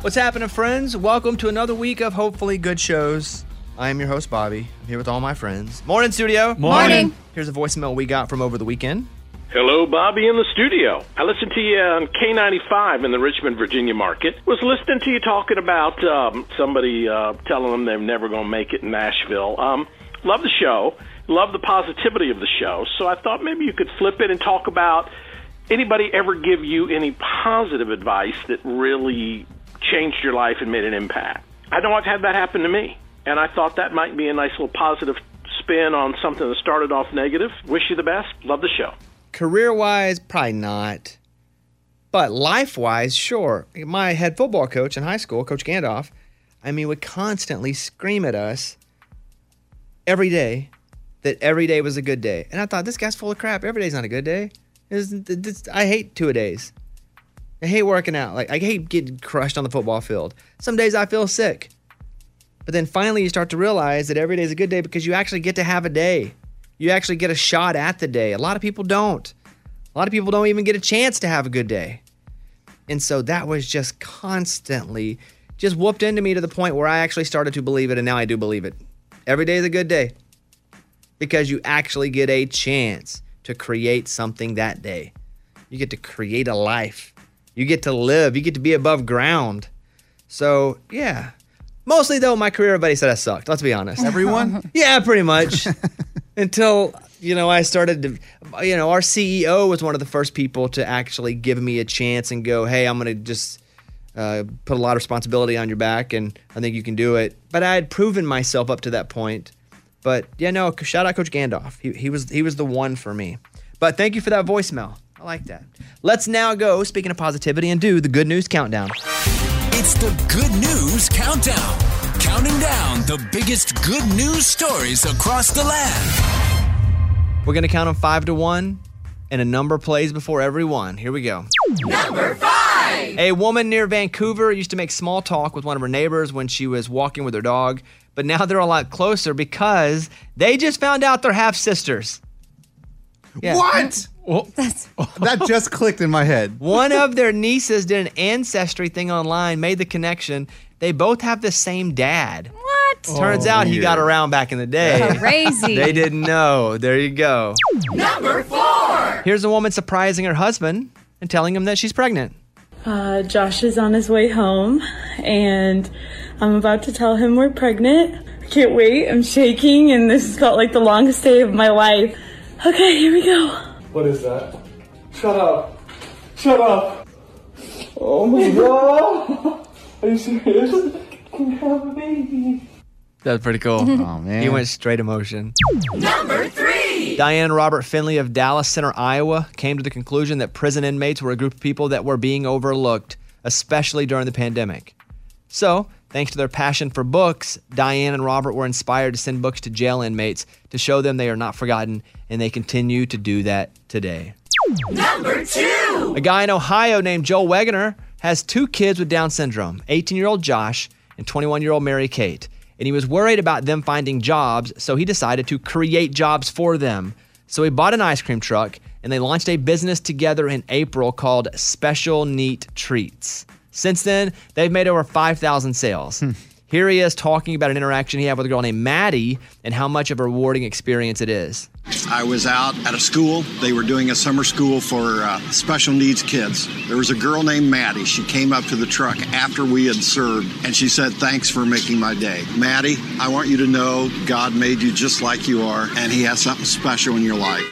What's happening, friends? Welcome to another week of hopefully good shows. I am your host, Bobby. I'm here with all my friends. Morning, studio. Morning. Here's a voicemail we got from over the weekend. Hello, Bobby in the studio. I listened to you on K95 in the Richmond, Virginia market. Was listening to you talking about um, somebody uh, telling them they're never going to make it in Nashville. Um, love the show. Love the positivity of the show. So I thought maybe you could flip it and talk about anybody ever give you any positive advice that really changed your life and made an impact. I know I've had that happen to me, and I thought that might be a nice little positive spin on something that started off negative. Wish you the best. Love the show. Career wise, probably not. But life wise, sure. My head football coach in high school, Coach Gandalf, I mean, would constantly scream at us every day that every day was a good day. And I thought, this guy's full of crap. Every day's not a good day. This- this- I hate two a days. I hate working out. Like, I hate getting crushed on the football field. Some days I feel sick. But then finally, you start to realize that every day is a good day because you actually get to have a day. You actually get a shot at the day. A lot of people don't. A lot of people don't even get a chance to have a good day. And so that was just constantly just whooped into me to the point where I actually started to believe it. And now I do believe it. Every day is a good day because you actually get a chance to create something that day. You get to create a life. You get to live. You get to be above ground. So, yeah. Mostly, though, my career, everybody said I sucked. Let's be honest. Everyone? Yeah, pretty much. Until, you know, I started to, you know, our CEO was one of the first people to actually give me a chance and go, hey, I'm going to just uh, put a lot of responsibility on your back and I think you can do it. But I had proven myself up to that point. But yeah, no, c- shout out Coach Gandalf. He, he was he was the one for me. But thank you for that voicemail. I like that. Let's now go, speaking of positivity, and do the good news countdown. It's the Good News Countdown. Counting down the biggest good news stories across the land. We're going to count on five to one, and a number plays before every one. Here we go. Number five. A woman near Vancouver used to make small talk with one of her neighbors when she was walking with her dog, but now they're a lot closer because they just found out they're half sisters. Yeah. What? that just clicked in my head. One of their nieces did an ancestry thing online, made the connection. They both have the same dad. What? Turns out he got around back in the day. Crazy. They didn't know. There you go. Number four. Here's a woman surprising her husband and telling him that she's pregnant. Uh, Josh is on his way home, and I'm about to tell him we're pregnant. I can't wait. I'm shaking, and this has felt like the longest day of my life. Okay, here we go. What is that? Shut up! Shut up! Oh my god! Are you serious? I can have a baby. That's pretty cool. Oh, man. he went straight emotion. Number three. Diane Robert Finley of Dallas Center, Iowa, came to the conclusion that prison inmates were a group of people that were being overlooked, especially during the pandemic. So, thanks to their passion for books, Diane and Robert were inspired to send books to jail inmates to show them they are not forgotten, and they continue to do that today. A guy in Ohio named Joel Wegener has two kids with Down syndrome 18 year old Josh and 21 year old Mary Kate. And he was worried about them finding jobs, so he decided to create jobs for them. So he bought an ice cream truck and they launched a business together in April called Special Neat Treats. Since then, they've made over 5,000 sales. Here he is talking about an interaction he had with a girl named Maddie and how much of a rewarding experience it is. I was out at a school. They were doing a summer school for uh, special needs kids. There was a girl named Maddie. She came up to the truck after we had served and she said, Thanks for making my day. Maddie, I want you to know God made you just like you are and He has something special in your life.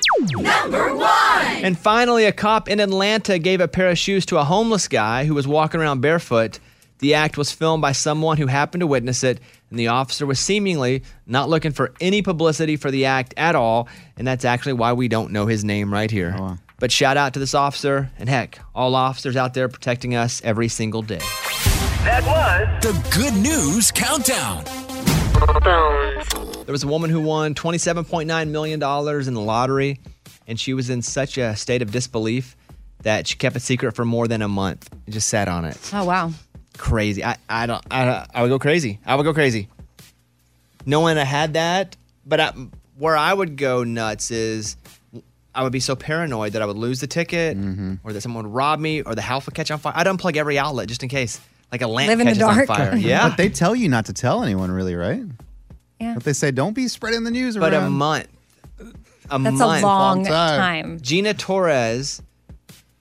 And finally, a cop in Atlanta gave a pair of shoes to a homeless guy who was walking around barefoot. The act was filmed by someone who happened to witness it, and the officer was seemingly not looking for any publicity for the act at all. And that's actually why we don't know his name right here. But shout out to this officer, and heck, all officers out there protecting us every single day. The Good News Countdown. There was a woman who won $27.9 million in the lottery, and she was in such a state of disbelief that she kept it secret for more than a month and just sat on it. Oh wow. crazy. I, I don't. I, I would go crazy. I would go crazy. No one had that, but I, where I would go nuts is I would be so paranoid that I would lose the ticket, or that someone would rob me, or the house would catch on fire. I'd unplug every outlet just in case. like a lamp Live in the catches on dark. fire. Yeah. But they tell you not to tell anyone, really, right? Yeah. But they say don't be spreading the news but around. a month. A That's a month. long long time. time. Gina Torres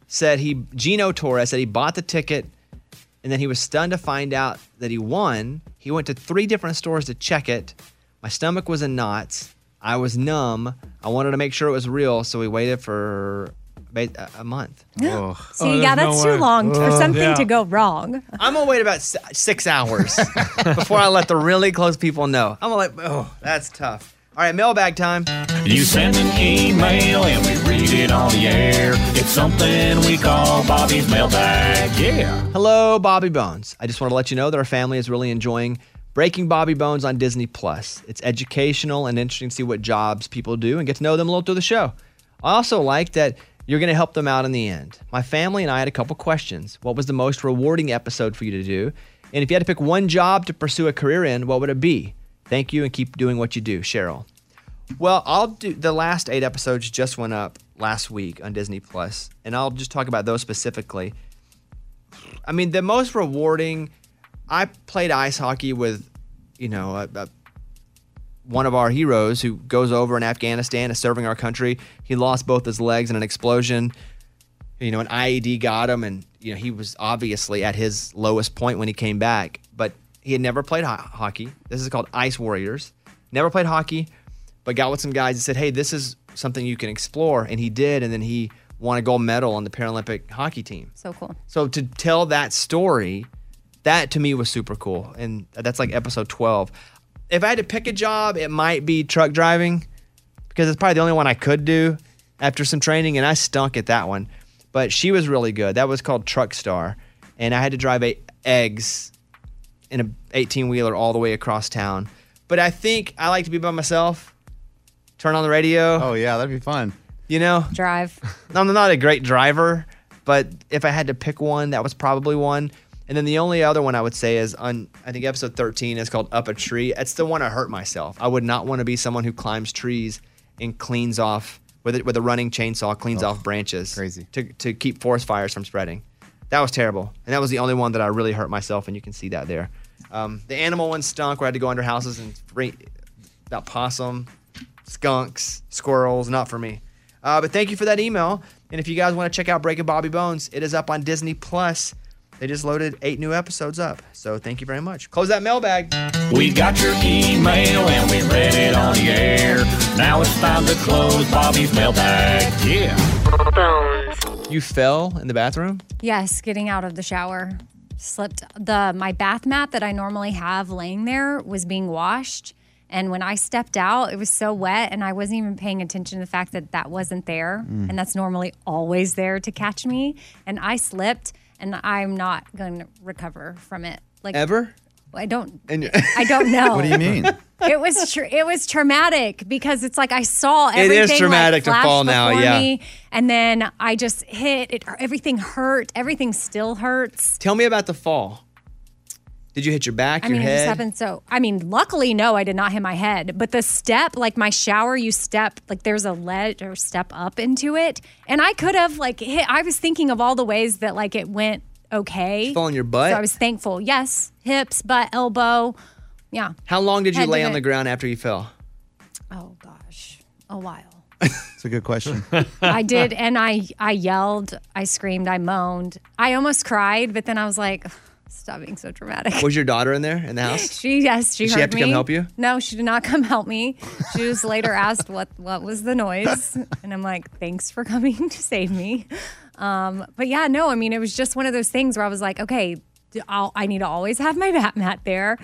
said he Gino Torres said he bought the ticket and then he was stunned to find out that he won. He went to three different stores to check it. My stomach was in knots. I was numb. I wanted to make sure it was real, so we waited for ba- a a month. See, Oh, there's yeah, that's no too way. long for Ugh. something Yeah. to go wrong. I'm gonna wait about s- six hours before I let the really close people know. I'm like, oh, that's tough. All right, mailbag time. You send an email and we read it on the air. It's something we call Bobby's mailbag. Yeah. Hello, Bobby Bones. I just want to let you know that our family is really enjoying Breaking Bobby Bones on Disney Plus. It's educational and interesting to see what jobs people do and get to know them a little through the show. I also like that you're going to help them out in the end. My family and I had a couple questions. What was the most rewarding episode for you to do? And if you had to pick one job to pursue a career in, what would it be? Thank you and keep doing what you do, Cheryl. Well, I'll do the last eight episodes just went up last week on Disney Plus, and I'll just talk about those specifically. I mean, the most rewarding. I played ice hockey with, you know, a, a, one of our heroes who goes over in Afghanistan is serving our country. He lost both his legs in an explosion. You know, an IED got him, and you know he was obviously at his lowest point when he came back. But he had never played ho- hockey. This is called Ice Warriors. Never played hockey, but got with some guys and said, "Hey, this is something you can explore." And he did, and then he won a gold medal on the Paralympic hockey team. So cool. So to tell that story, that to me was super cool, and that's like episode twelve. If I had to pick a job, it might be truck driving because it's probably the only one I could do after some training, and I stunk at that one. But she was really good. That was called Truck Star, and I had to drive eight eggs in a eighteen wheeler all the way across town. But I think I like to be by myself. Turn on the radio. oh yeah, that'd be fun. You know, Drive. I'm not a great driver, but if I had to pick one, that was probably one. And then the only other one I would say is on I think episode 13 is called Up a Tree. It's the one I hurt myself. I would not want to be someone who climbs trees and cleans off with it with a running chainsaw cleans off branches crazy. to to keep forest fires from spreading. That was terrible. And that was the only one that I really hurt myself and you can see that there. Um, the animal one stunk where I had to go under houses and free, that possum, skunks, squirrels, not for me. Uh, but thank you for that email. And if you guys want to check out Breaking Bobby Bones, it is up on Disney Plus. They just loaded eight new episodes up. So thank you very much. Close that mailbag. We got your email and we read it on the air. Now it's time to close Bobby's mailbag. Yeah. You fell in the bathroom? Yes, getting out of the shower. Slipped the my bath mat that I normally have laying there was being washed. And when I stepped out, it was so wet, and I wasn't even paying attention to the fact that that wasn't there. Mm. And that's normally always there to catch me. And I slipped, and I'm not going to recover from it. Like Ever? I don't. And you- I don't know. What do you mean? It was tr- it was traumatic because it's like I saw everything. is traumatic like, to flash fall now, before yeah. Me, and then I just hit it. Everything hurt. Everything still hurts. Tell me about the fall. Did you hit your back, I your mean, it head? just happened so. I mean, luckily, no, I did not hit my head. But the step, like my shower, you step like there's a ledge or step up into it, and I could have like hit. I was thinking of all the ways that like it went okay. Fall on your butt? So I was thankful. Yes, hips, butt, elbow. Yeah. How long did you Had to lay on hit. the ground after you fell? Oh gosh, a while. It's a good question. I did, and I I yelled, I screamed, I moaned, I almost cried, but then I was like, stop being so dramatic. Was your daughter in there in the house? She yes, she Did she heard have to me. come help you? No, she did not come help me. She just later asked what what was the noise, and I'm like, thanks for coming to save me. Um, but yeah, no, I mean, it was just one of those things where I was like, okay, d- I'll, I need to always have my bath mat there,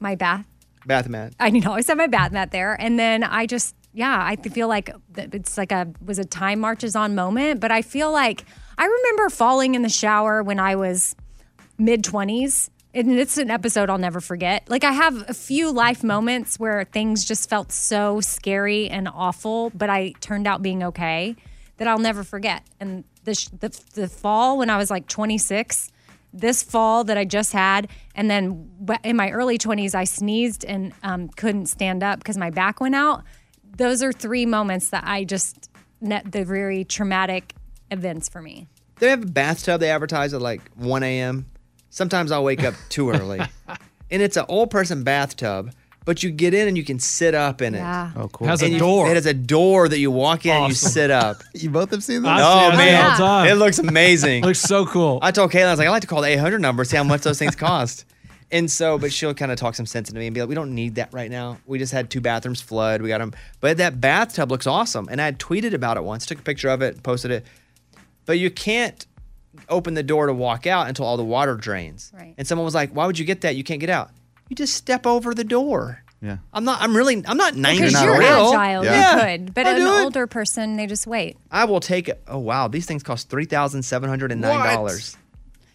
my bath Bath mat. I need to always have my bath mat there. And then I just, yeah, I feel like th- it's like a was a time marches on moment. But I feel like I remember falling in the shower when I was mid twenties. And it's an episode I'll never forget. Like I have a few life moments where things just felt so scary and awful, but I turned out being okay that I'll never forget. And the sh- the, the fall when I was like 26 this fall that I just had. And then wh- in my early 20s, I sneezed and um, couldn't stand up because my back went out. Those are three moments that I just, net the very traumatic events for me. They have a bathtub they advertise at like 1 a.m. Sometimes I'll wake up too early. and it's an old person bathtub, but you get in and you can sit up in it. Yeah. Oh, cool. It has a And you- door. It has a door that you walk in and you Awesome. sit up. You both have seen I that? see oh, it all man. the time. It looks amazing. Looks so cool. I told Kayla, I was like, I like to call the 800 number, see how much those things cost. And so, but she'll kind of talk some sense into me and be like, we don't need that right now. We just had two bathrooms flood. We got them. But that bathtub looks awesome. And I had tweeted about it once, took a picture of it, posted it. But you can't open the door to walk out until all the water drains. Right. And someone was like, why would you get that? You can't get out. You just step over the door. Yeah. I'm not, I'm really, I'm not 90 Because not you're year old. agile, Yeah. you could. But I'll an do it. older person, they just wait. I will take it. Oh, wow. These things cost $3,709.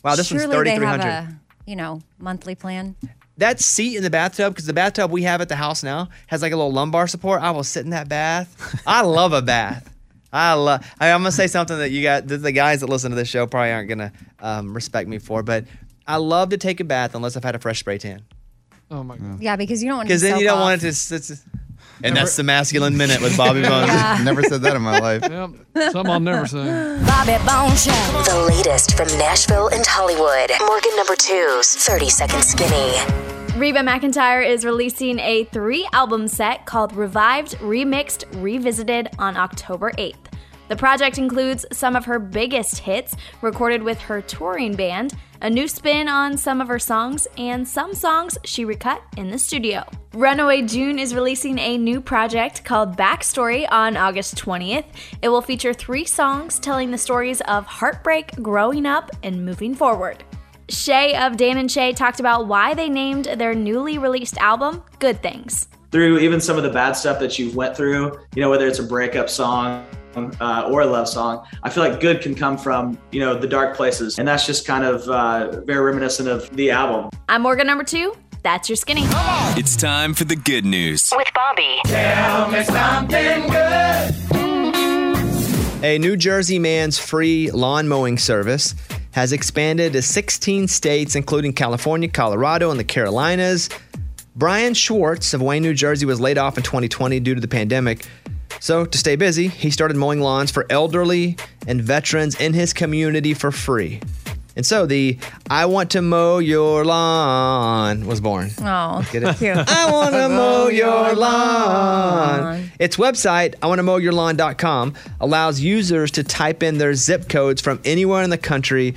Wow, this Surely one's they 3300 have a you know monthly plan. that seat in the bathtub because the bathtub we have at the house now has like a little lumbar support. I will sit in that bath. I love a bath. I love. I, I'm gonna say something that you got. The, the guys that listen to this show probably aren't gonna um, respect me for, but I love to take a bath unless I've had a fresh spray tan oh my god. Yeah, because you don't want to. because then you don't want it to. to. s- s- and that's the masculine minute with Bobby Bones. Never said that in my life. Yep. Some I'll never say. Bobby Bones Show. The latest from Nashville and Hollywood. Morgan number two's 30 Second Skinny. Reba McIntyre is releasing a three album set called Revived, Remixed, Revisited on October 8th. The project includes some of her biggest hits recorded with her touring band, a new spin on some of her songs, and some songs she recut in the studio. Runaway June is releasing a new project called Backstory on August 20th. It will feature three songs telling the stories of heartbreak, growing up, and moving forward. Shay of Dan and Shay talked about why they named their newly released album Good Things. Through even some of the bad stuff that you went through, you know, whether it's a breakup song uh, or a love song, I feel like good can come from, you know, the dark places. And that's just kind of uh, very reminiscent of the album. I'm Morgan number two. That's your skinny. It's time for the good news. With Bobby. A New Jersey man's free lawn mowing service has expanded to 16 states, including California, Colorado, and the Carolinas. Brian Schwartz of Wayne, New Jersey, was laid off in 2020 due to the pandemic. So, to stay busy, he started mowing lawns for elderly and veterans in his community for free. And so, the I want to mow your lawn was born. Oh, Get it? cute. I want to mow your lawn. Its website, iwantomowyourlawn.com, allows users to type in their zip codes from anywhere in the country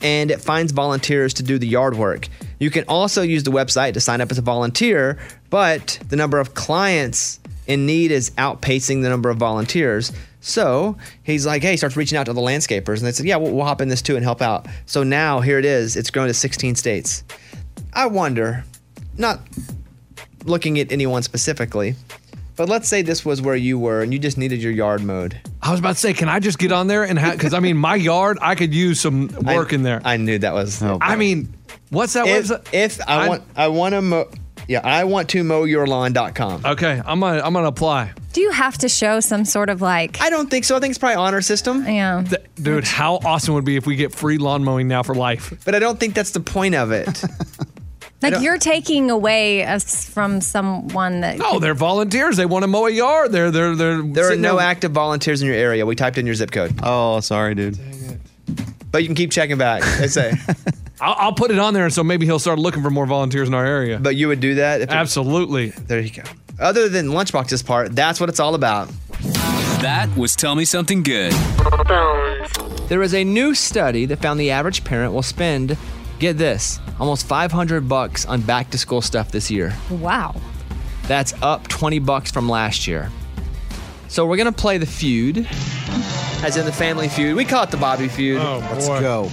and it finds volunteers to do the yard work. You can also use the website to sign up as a volunteer, but the number of clients in need is outpacing the number of volunteers. So he's like, hey, he starts reaching out to the landscapers, and they said, yeah, we'll, we'll hop in this too and help out. So now here it is. It's grown to 16 states. I wonder, not looking at anyone specifically, but let's say this was where you were and you just needed your yard mowed. I was about to say, can I just get on there and have? Because I mean, my yard, I could use some I- work in there. I, I knew that was. mean, what's that if, website? if I, I- want, I want to mow. Yeah, I want to mow your lawn.com. okay, I'm gonna I'm gonna apply. Do you have to show some sort of like? I don't think so. I think it's probably honor system, yeah. Th- Dude, how awesome would it be if we get free lawn mowing now for life? but I don't think that's the point of it. Like don't- you're taking away us from someone that. No, Oh, they're volunteers. They want to mow a yard. They're they're they're. There are sitting no active volunteers in your area. We typed in your zip code, Oh, sorry, dude. but you can keep checking back. They say, I'll, I'll put it on there, so maybe he'll start looking for more volunteers in our area. but you would do that. If it- Absolutely. there you go. Other than lunchbox's part, that's what it's all about. That was Tell Me Something Good. Bones. There is a new study that found the average parent will spend, get this, almost 500 bucks on back to school stuff this year. Wow. That's up 20 bucks from last year. So we're going to play the feud, as in the family feud. We call it the Bobby feud. Let's go.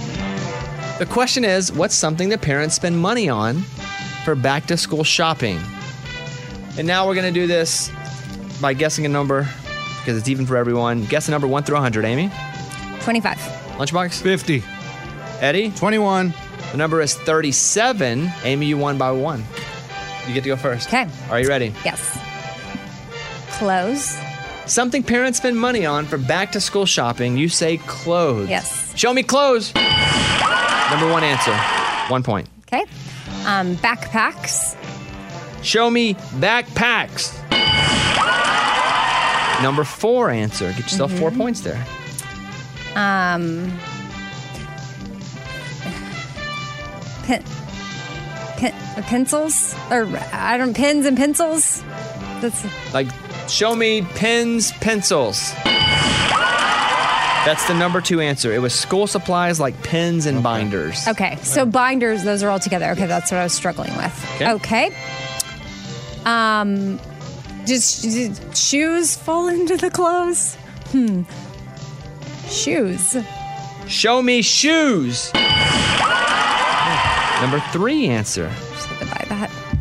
The question is what's something that parents spend money on for back to school shopping? And now we're going to do this by guessing a number because it's even for everyone. Guess a number 1 through 100, Amy. Twenty-five. Lunchbox? Fifty. Eddie? 21. The number is 37. Amy, you won by one. You get to go first. Okay. Are you ready? Yes. Clothes. Something parents spend money on for back to school shopping. You say clothes. Yes. Show me clothes. number one answer. One point. Okay. Um, backpacks. Show me backpacks. Number four answer. Get yourself four Mm-hmm. points there. Um, pen, pen, uh, pencils or I don't pens and pencils. That's Like, show me pens, pencils. That's the number two answer. It was school supplies like pens and binders. okay. So binders, those are all together. Okay, that's what I was struggling with. Okay. Okay. Um, just, did shoes fall into the clothes? Hmm. Shoes. Show me shoes. number three answer.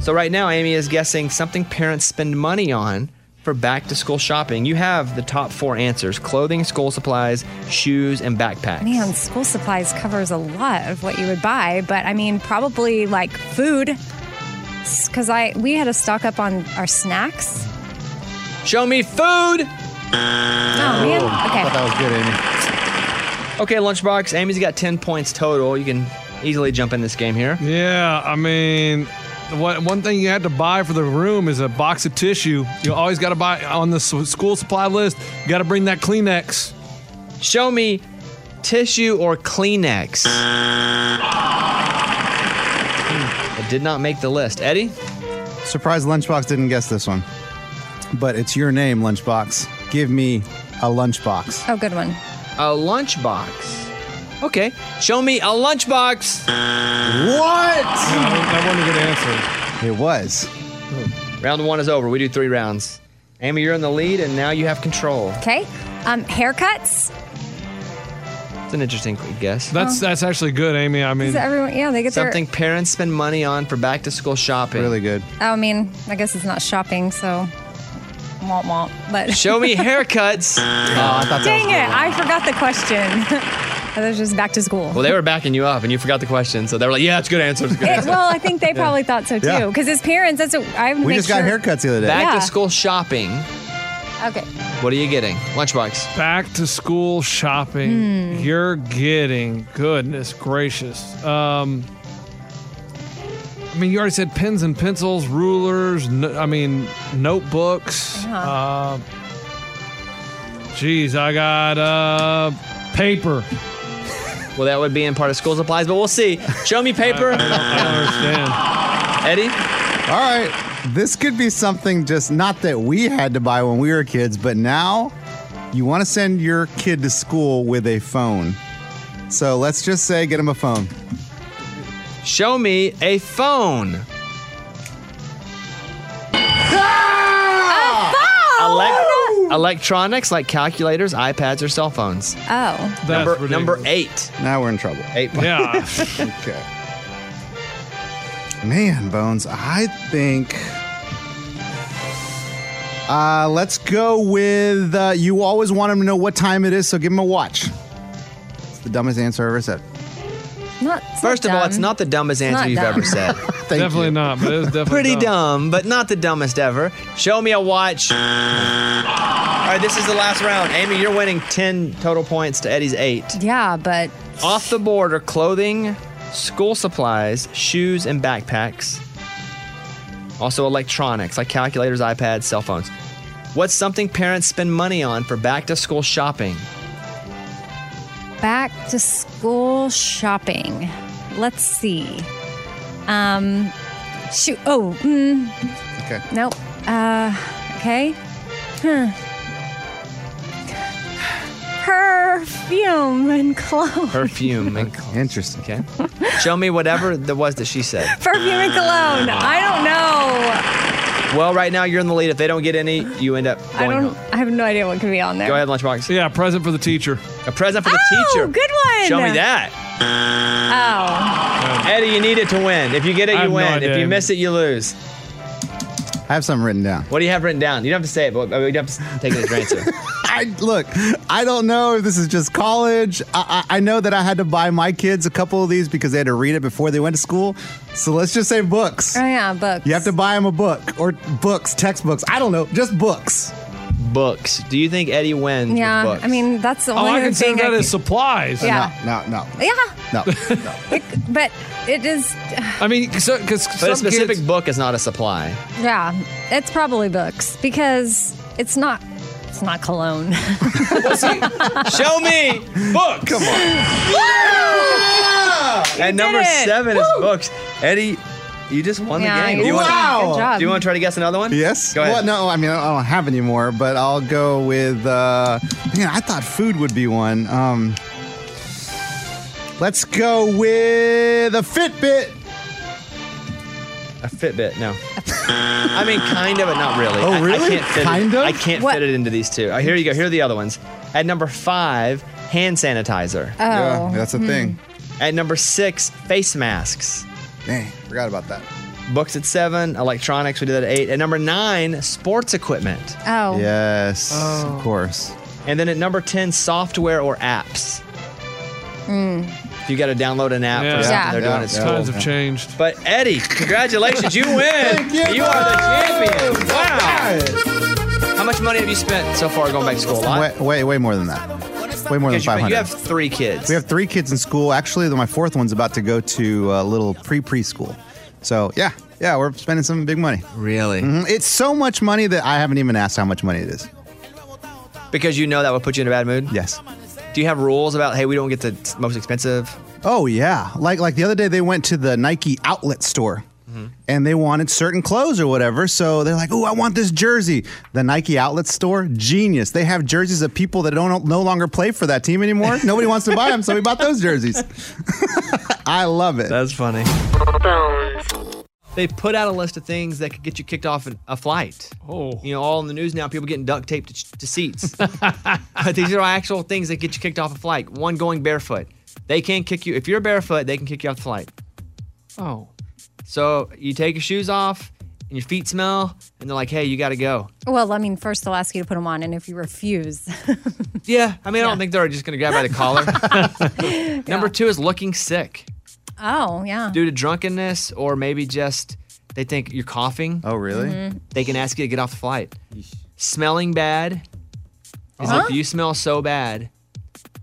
So right now, Amy is guessing something parents spend money on for back to school shopping. You have the top four answers: clothing, school supplies, shoes, and backpack. Man, school supplies covers a lot of what you would buy, but I mean, probably like food, because I we had to stock up on our snacks. Show me food. Oh, man. Okay. I thought Oh, that was good, Amy. Okay, Lunchbox. Amy's got 10 points total. You can easily jump in this game here. Yeah, I mean, what, one thing you had to buy for the room is a box of tissue. You always got to buy on the s- school supply list. You got to bring that Kleenex. Show me tissue or Kleenex. Uh, it did not make the list. Eddie? Surprise Lunchbox didn't guess this one. But it's your name, Lunchbox. Give me a lunchbox. Oh, good one. A lunchbox. Okay. Show me a lunchbox. What? that wasn't a good answer. It was. Round one is over. We do three rounds. Amy, you're in the lead, and now you have control. Okay. Um, haircuts. It's an interesting guess. That's that's actually good, Amy. I mean, Oh. Is everyone? Yeah, they get Something parents spend money on for back to school shopping. Really good. their. Oh, I mean, I guess it's not shopping, so. Womp womp. But Show me Oh, haircuts. Dang it! I forgot the question. I was just back to school. Well, they were backing you up, and you forgot the question, so they were like, "Yeah, it's a good answer. It's a good It- answer." well, I think they probably thought so Yeah. too. Because his parents, that's what I have to We make just got sure- Haircuts the other day. Back Yeah. to school shopping. Okay. What are you getting? Lunchbox. back to school shopping. Hmm. You're getting goodness gracious. Um, I mean, you already said pens and pencils, rulers. No, I mean, notebooks. Uh-huh. Uh, geez, I got uh, paper. Well, that would be in part of school supplies, but we'll see. Show me paper. I, Eddie? All right. This could be something just not that we had to buy when we were kids, but now you want to send your kid to school with a phone. So let's just say get him a phone. Show me a phone. Elec- electronics like calculators, iPads, or cell phones. Oh. number, number eight. Now we're in trouble. Eight. Yeah. okay. Man, Bones, I think. Uh, let's go with uh, you always want him to know what time it is, so give him a watch. It's the dumbest answer I ever said. Not, First of all, it's not the dumbest It's answer not you've dumb. ever said. Thank Definitely not, but it was definitely Pretty dumb. dumb, but not the dumbest ever. Show me a watch. All right, this is the last round. Amy, you're winning 10 total points to Eddie's eight. Yeah, but Off the board are clothing, school supplies, shoes, and backpacks. Also electronics like calculators, iPads, cell phones. What's something parents spend money on for back to school shopping? back to school shopping. Let's see. Um, shoot. Oh, mm, Okay. nope. Uh, okay. Huh. Perfume and cologne. Perfume. and cologne. Interesting. Okay. Show me whatever that was that she said. Perfume and cologne. I don't know. Well, right now you're in the lead. If they don't get any, you end up going I don't. home. I have no idea what could be on there. Go ahead, lunchbox. Yeah, present for the teacher. A present for the Oh, teacher. good one. Show me that. Oh. Eddie, you need it to win. If you get it, I you have no win. if idea. you miss it, you lose. I have something written down. What do you have written down? You don't have to say it, but you have to take it as your answer. I look. I don't know if this is just college. I, I, I know that I had to buy my kids a couple of these because they had to read it before they went to school. So let's just say books. Oh yeah, books. You have to buy them a book or books, textbooks. I don't know, just books. Books. Do you think Eddie wins? with Yeah. books? I mean, that's the only other thing. I could- supplies. Yeah. No, no, Yeah, no. but it is. I mean, because but a specific book is not a supply. Yeah, it's probably books because it's not. It's not cologne. Show me books. Come on. At number seven is books. Eddie, you just won Yeah, the game. you Do you did. wanna- Wow. Good job. Do you want to try to guess another one? Yes. Go ahead. Well, no, I mean I don't have any more, but I'll go with. Uh, man, I thought food would be one. Um, let's go with a Fitbit. A Fitbit, no. I mean, kind of, but not really. Oh, I- I, really? can't fit Kind it. of? I can't fit it into these two. Uh, here you go. Here are the other ones. At number five, hand sanitizer. Oh. Yeah, that's a thing. At number six, face masks. Dang, forgot about that. Books at seven, electronics, we did that at eight. At number nine, sports equipment. Oh. Yes, Oh. of course. And then at number 10, software or apps. Mm. If you got to download an app Yeah. for something Yeah. they're Yeah. doing at Yeah. school. Times have changed. But Eddie, congratulations, you win. Thank you. you are the champion. Wow. How much money have you spent so far going back to school? A lot? Way, way, way more than that. Way more than Because you- five you hundred. have three kids. We have three kids in school. Actually, my fourth one's about to go to a little pre preschool. So yeah, yeah, we're spending some big money. Mm-hmm. Really? It's so much money that I haven't even asked how much money it is. Because you know that would put you in a bad mood? Yes. Do you have rules about, hey, we don't get the t- most expensive? Oh yeah, like like the other day they went to the Nike outlet store. Mm-hmm. And they wanted certain clothes or whatever. So they're like, oh, I want this jersey. The Nike outlet store, genius. They have jerseys of people that don't no longer play for that team anymore. Nobody wants to buy them. So we bought those jerseys. I love it. That's funny. They put out a list of things that could get you kicked off an, a flight. Oh. You know, all in the news now, people getting duct taped to, to seats. but these are actual things that get you kicked off a flight. One, going barefoot. They can kick you. If you're barefoot, they can kick you off the flight. Oh. So you take your shoes off and your feet smell, and they're like, hey, you got to go. Well, I mean, first they'll ask you to put them on, and if you refuse, Yeah. I mean, I don't think they're just going to grab by the collar. Number two is looking sick. oh Uh-huh. yeah. due to drunkenness or maybe just they think you're coughing. Oh, really? Mm-hmm. Mhm. They can ask you to get off the flight. Smelling bad is Huh? if you smell so bad,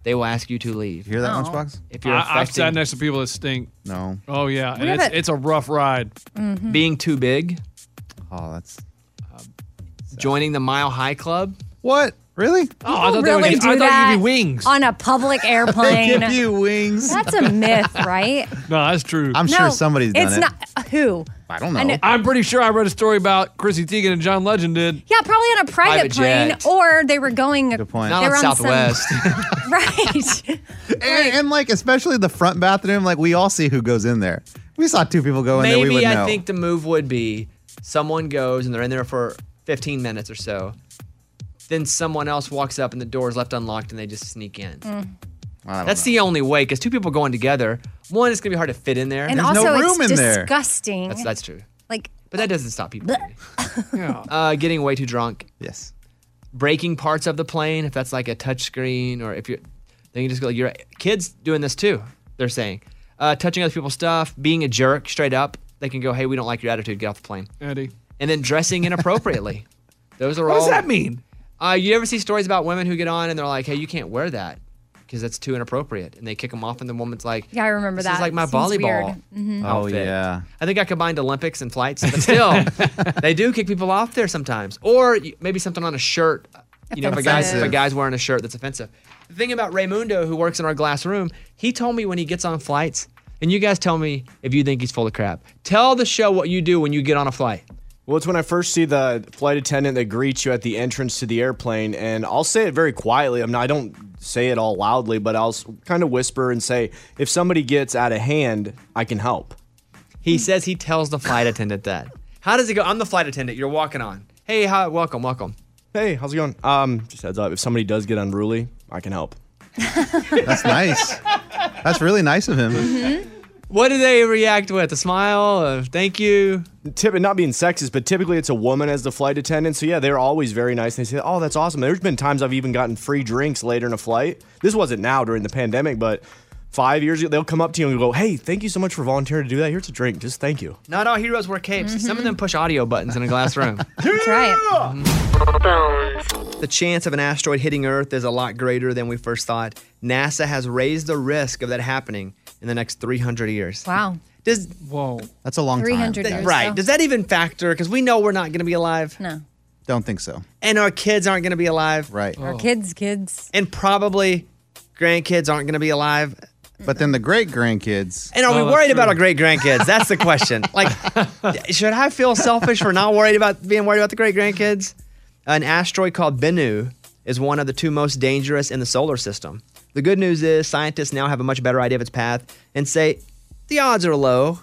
they will ask you to leave. hear that, Oh. Lunchbox? If you're I- I've affecting, sat next to people that stink. No. Oh yeah, and We have it's a- it's a rough ride. Mm-hmm. Mhm. Being too big. Oh, that's joining the Mile High Club. What? Really? Oh, I People thought they would get- I really do thought you'd that be wings. on a public airplane. give you wings. That's a myth, right? No, that's true. No, it's not who. I don't I know. know. I'm pretty sure I read a story about Chrissy Teigen and John Legend did. Yeah, probably on a private, Private plane, jet. or they were going. Good point. They Not on were some- Southwest. right. and, and like especially the front bathroom, like we all see who goes in there. We saw two people go in there. We Maybe would I know. think the move would be someone goes and they're in there for 15 minutes or so. Then someone else walks up and the door is left unlocked and they just sneak in. Mm. That's the only way because two people going together, one it's gonna be hard to fit in there. And also, it's disgusting. That's, that's true. Like, But that doesn't stop people. Uh, getting way too drunk. Yes. Breaking parts of the plane if that's like a touch screen or if you're, then you just go. Your kids doing this too. They're saying, uh, touching other people's stuff, being a jerk straight up. They can go, hey, we don't like your attitude. Get off the plane. Eddie. And then dressing inappropriately. Those are What all. does that mean? Uh, you ever see stories about women who get on and they're like, hey, you can't wear that because that's too inappropriate, and they kick them off, and the woman's like, yeah, I remember this that. is like my Seems volleyball. Uh, weird. Mhm. Oh outfit. yeah. I think I combined Olympics and flights, but still, they do kick people off there sometimes. Or y- maybe something on a shirt. You know, if a, guy's, if a Offensive. guy's wearing a shirt that's offensive. The thing about Raymundo, who works in our glass room, he told me when he gets on flights, and you guys tell me if you think he's full of crap. Tell the show what you do when you get on a flight. Well, it's when I first see the flight attendant that greets you at the entrance to the airplane, and I'll say it very quietly. I'm not, I don't say it all loudly, but I'll kind of whisper and say, "If somebody gets out of hand, I can help." He says he tells the flight attendant that. How does it go? I'm the flight attendant. You're walking on. Hey, hi, welcome, welcome. Hey, how's it going? Um, just heads up. If somebody does get unruly, I can help. That's nice. That's really nice of him. What do they react with? A smile? A thank you? Tip, not being sexist, but typically it's a woman as the flight attendant. So yeah, they're always very nice. They say, "Oh, that's awesome." There's been times I've even gotten free drinks later in a flight. This wasn't now during the pandemic, but five years ago, they'll come up to you and go, "Hey, thank you so much for volunteering to do that. Here's a drink. Just thank you." Not all heroes wear capes. Some of them push audio buttons in a glass room. That's right. Mm-hmm. The chance of an asteroid hitting Earth is a lot greater than we first thought. NASA has raised the risk of that happening in the next 300 years. Wow. Does whoa? That's a long time. 300 years, right? so. Does that even factor? Because we know we're not going to be alive. No. Don't think so. And our kids aren't going to be alive. Right. Our kids, kids. And probably grandkids aren't going to be alive. But then the great grandkids. And are we worried about our great grandkids? That's the question. like, should I feel selfish for not worried about being worried about the great grandkids? An asteroid called Bennu is one of the two most dangerous in the solar system. The good news is scientists now have a much better idea of its path and say the odds are low,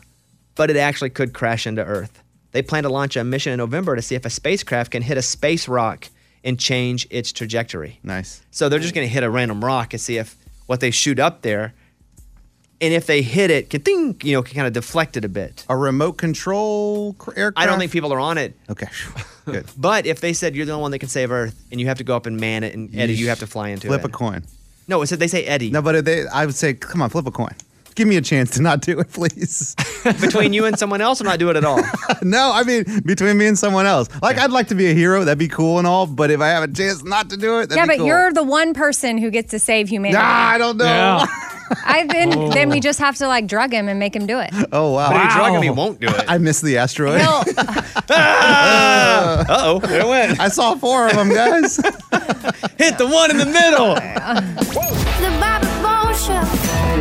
but it actually could crash into Earth. They plan to launch a mission in November to see if a spacecraft can hit a space rock and change its trajectory. Nice. So they're just going to hit a random rock and see if what they shoot up there and if they hit it, can ding, you know, can kind of deflect it a bit. A remote control aircraft. I don't think people are on it. Okay, good. But if they said you're the only one that can save Earth, and you have to go up and man it, and Eddie, you have to fly into flip it. a coin. No, it said they say Eddie. No, but they, I would say, come on, flip a coin. Give me a chance to not do it, please. Between you and someone else, or not do it at all. no, I mean between me and someone else. Like I'd like to be a hero. That'd be cool and all. But if I have a chance not to do it, that'd yeah, be but cool. you're the one person who gets to save humanity. Nah, I don't know. Yeah. I then Oh. then we just have to like drug him and make him do it. Oh wow! But if you drug him, he won't do it. I missed the asteroid. He'll- Uh oh, there it went. I saw four of them, guys. Hit the one in the middle.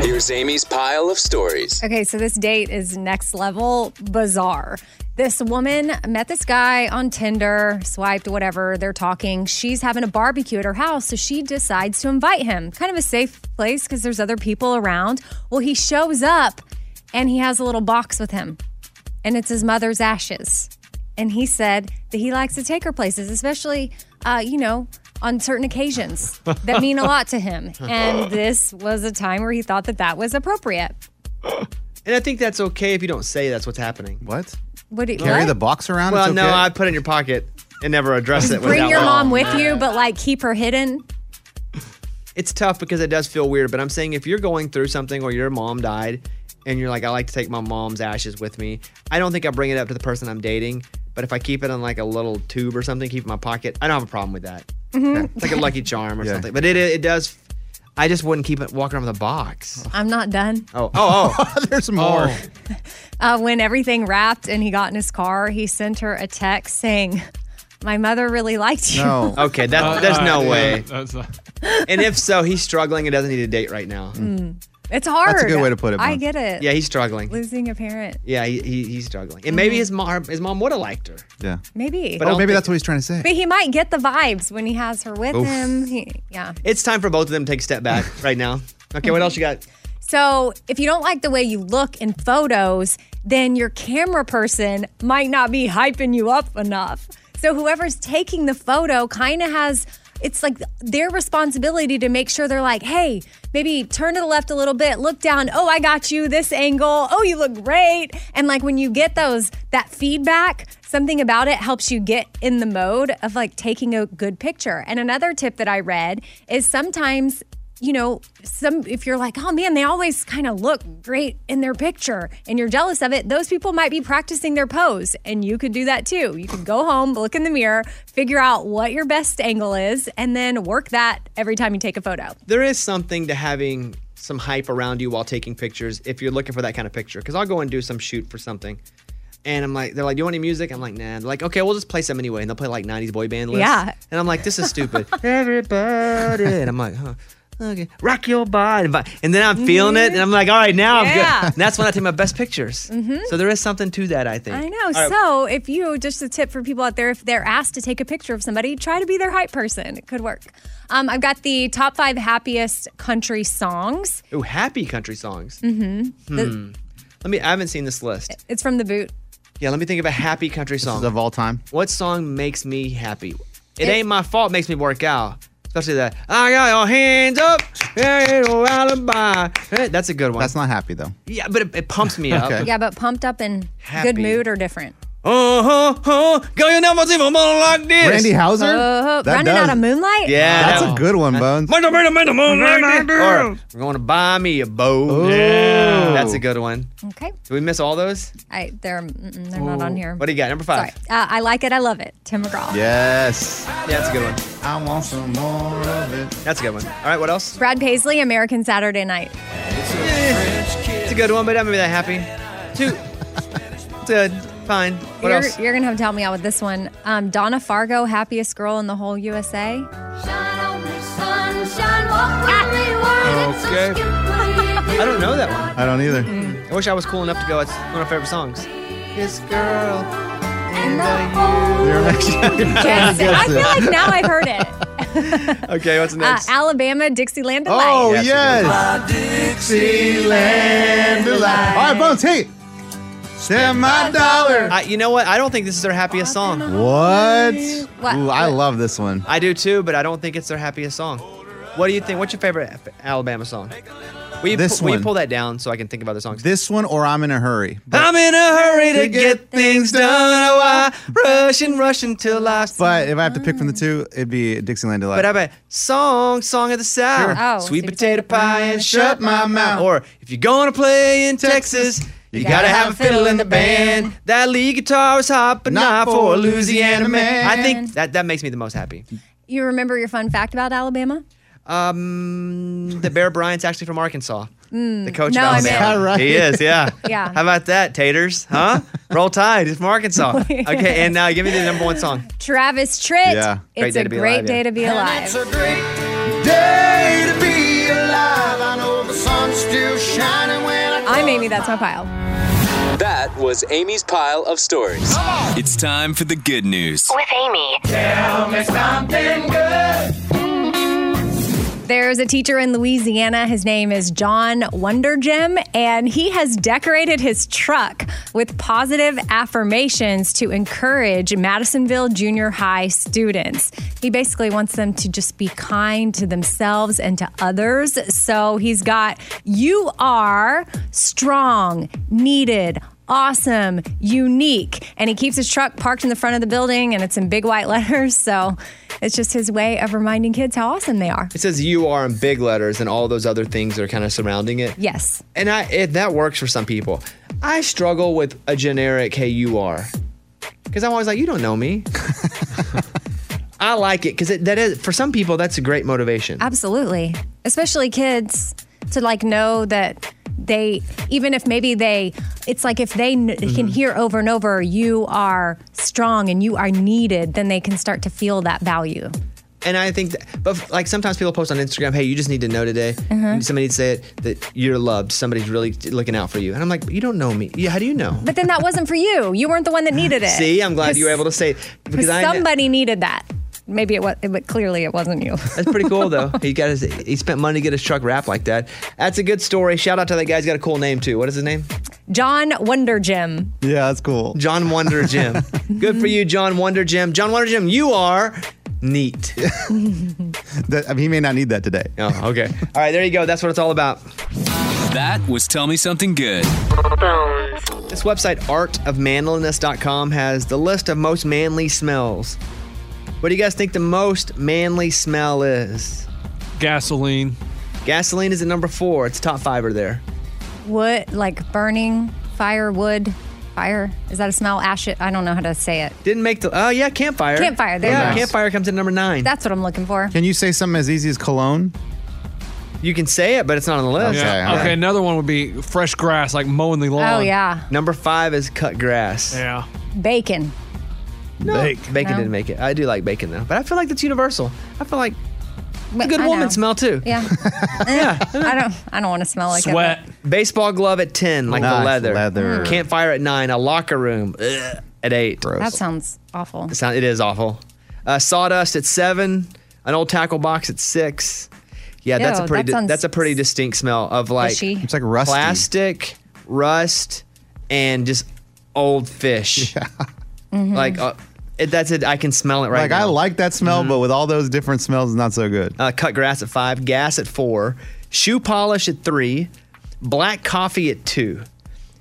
Here's Amy's pile of stories. Okay, so this date is next level bizarre. This woman met this guy on Tinder, swiped, whatever, they're talking. She's having a barbecue at her house, so she decides to invite him. Kind of a safe place because there's other people around. Well, he shows up and he has a little box with him, and it's his mother's ashes. And he said that he likes to take her places, especially, uh, you know, on certain occasions that mean a lot to him. And this was a time where he thought that that was appropriate. And I think that's okay if you don't say that's what's happening. What? What do you Carry what? the box around? Well, It's no, okay? I put it in your pocket and never address it. Bring without- your mom with you, but like keep her hidden. It's tough because it does feel weird. But I'm saying if you're going through something or your mom died, and you're like, I like to take my mom's ashes with me. I don't think I bring it up to the person I'm dating. But if I keep it in like a little tube or something, keep it in my pocket, I don't have a problem with that. Mhm. It's like a Lucky Charm or something. But it it does. I just wouldn't keep it walking around with a box. I'm not done. Oh, oh, oh. There's more. Uh, when everything wrapped and he got in his car, he sent her a text saying, My mother really liked you. okay, that, Uh, there's no yeah, way. that's not- and if so, he's struggling and doesn't need a date right now. Mm. It's hard. I Mom. get it. Yeah, he's struggling. Losing a parent. Yeah, he, he, he's struggling. And Mm-hmm. maybe his mom his mom would have liked her. Yeah. Oh, Maybe. But I don't think- what he's trying to say. But he might get the vibes when he has her with Oof. him. He, yeah. It's time for both of them to take a step back right now. Okay, what else you got? So if you don't like the way you look in photos, then your camera person might not be hyping you up enough. So whoever's taking the photo kind of has it's like their responsibility to make sure they're like, hey, maybe turn to the left a little bit, look down. Oh, I got you this angle. Oh, you look great. And like when you get those, that feedback, something about it helps you get in the mode of like taking a good picture. And another tip that I read is sometimes you know, some if you're like, oh man, they always kind of look great in their picture and you're jealous of it, those people might be practicing their pose. And you could do that too. You could go home, look in the mirror, figure out what your best angle is, and then work that every time you take a photo. There is something to having some hype around you while taking pictures if you're looking for that kind of picture. Because I'll go and do some shoot for something. And I'm like, they're like, do you want any music? I'm like, nah. They're like, okay, we'll just play some anyway. And they'll play like 90s boy band list. Yeah. And I'm like, this is stupid. Everybody. And I'm like, huh. Okay, rock your body. But- And then I'm feeling it. And I'm like, all right, now I'm Yeah. good. And that's when I take my best pictures. Mhm. So there is something to that, I think. I know. All right, So if you just a tip for people out there, if they're asked to take a picture of somebody, try to be their hype person. It could work. Um, I've got the top five happiest country songs. Ooh, happy country songs. Mm-hmm. Hmm. Let me. I haven't seen this list. It's from the boot. Yeah, let me think of a happy country song of all time. What song makes me happy? It, It- ain't my fault. Makes me work out. Especially that. ah, I got your hands up. Hey, no alibi. Hey, That's a good one. That's not happy though. Yeah, but it, it pumps me up. Yeah, but pumped up and good Happy. mood are different. Oh, oh, oh, girl, you never see a mother like this. Randy Hauser? Oh, That running does- out of moonlight. Yeah, that's that a good one, Bones. Mind the- mind the- mind the moon like Right this. now. Or we're going to buy me a bow. Yeah, that's a good one. Okay, Did we miss all those? I they're mm-mm, they're not on here. What do you got? Number five. Uh, I like it. I love it. Tim McGraw. Yes. Yeah, that's a good one. I want some more of it. That's a good one. All right, what else? Brad Paisley, American Saturday Night. It's a good one, but I'm not that happy. Two. Good. Fine. What you're, else? you're gonna have to help me out with this one. Um, Donna Fargo, happiest girl in the whole USA. Oh, Okay. I don't know that one. I don't either. I wish I was cool enough to go. It's one of my favorite songs. This girl and Yes, I feel like now I've heard it. Okay, what's Uh, Alabama, Dixieland delight. Oh, yes. Dixieland delight. All right, Bones, hey. Send my dollar. I, you know what? I don't think this is their happiest song. What? What? Ooh, I love this one. I do too, but I don't think it's their happiest song. What do you think? What's your favorite F- Alabama song? Will you, This pu- will you one. pull that down so I can think about the songs? This one or I'm in a hurry. I'm in a hurry to get things done. Oh, I rush and rush until I. But if I have to pick from the two, it'd be Dixieland Delight. But I bet song, song of the South, Sure. Oh, sweet potato pie and shut my mouth. Or if you're gonna play in Texas, you gotta have a fiddle in the band. That lead guitar is hot, but not, for a Louisiana man. I think that that makes me the most happy. You remember your fun fact about Alabama? Um, the Bear Bryant's actually from Arkansas. Mm, The coach no, of I Alabama. meant- He is, yeah. Yeah. How about that, taters? Huh? Roll Tide. It's from Arkansas. Okay, and now give me the number one song. Travis Tritt. Yeah. Great It's day a to be great alive, yeah. day to be alive. a great day to be alive. I know the sun's still shining when I. I'm Amy. That's my pile. That was Amy's pile of stories. It's time for the good news. With Amy. Tell me something good. There's a teacher in Louisiana. His name is John Wondergem, and he has decorated his truck with positive affirmations to encourage Madisonville Junior High students. He basically wants them to just be kind to themselves and to others. So he's got, You are strong, needed, awesome, unique. And he keeps his truck parked in the front of the building and it's in big white letters. So it's just his way of reminding kids how awesome they are. It says you are in big letters and all those other things that are kind of surrounding it. Yes. And I it, that works for some people. I struggle with a generic hey you are. Cuz I'm always like you don't know me. I like it cuz that is for some people that's a great motivation. Absolutely. Especially kids to like know that they even if maybe they it's like if they kn- Mm-hmm. can hear over and over you are strong and you are needed then they can start to feel that value And I think that, but like sometimes people post on Instagram, hey, you just need to know today. Mhm. Somebody needs to say it that you're loved. Somebody's really looking out for you. And I'm like, you don't know me. Yeah, how do you know? but then that wasn't for you you weren't the one that needed it See, I'm glad you were able to say it because I kn- somebody needed that maybe it was but clearly it wasn't you That's pretty cool though. He got his he spent money to get his truck wrapped like that. That's a good story. Shout out to that guy. He's got a cool name too. What is his name? john wonder jim Yeah, that's cool. John Wonder Jim. good for you, John Wonder Jim. John Wonder Jim, you are neat. That- I mean, he may not need that today. Oh, okay. All right, there you go. That's what it's all about. That was Tell Me Something Good. This website, artofmanliness.com, has the list of most manly smells. What do you guys think the most manly smell is? Gasoline. Gasoline is at number four. It's top fiver there. wood like burning firewood fire is that a smell ash i don't know how to say it Didn't make the. Oh yeah, campfire. Campfire, there yeah, you go. campfire comes in number nine. that's what i'm looking for Can you say something as easy as cologne? You can say it, but it's not on the list. Yeah. Okay, another one would be fresh grass, like mowing the lawn. Oh, yeah. Number five is cut grass. Yeah. bacon Bacon. Bacon No. didn't make it. I do like bacon though, but I feel like that's universal. I feel like it's a good I woman know. smell too. Yeah. yeah. I don't I don't want to smell like it, Hmm. but- Baseball glove at ten, like Nice the leather. leather. Mm. Campfire at nine. A locker room ugh, at eight. That sounds awful. It sound- it is awful. Uh, sawdust at seven. An old tackle box at six. Yeah, that's a Ew, pretty. that di- sounds that's a pretty distinct smell of like fishy. It's like rusty. plastic, rust, and just old fish. Mm-hmm. Like uh, it, that's it. I can smell it right like, now. Mm-hmm. I like that smell, but with all those different smells, it's not so good. Uh, cut grass at five, gas at four, shoe polish at three, black coffee at two.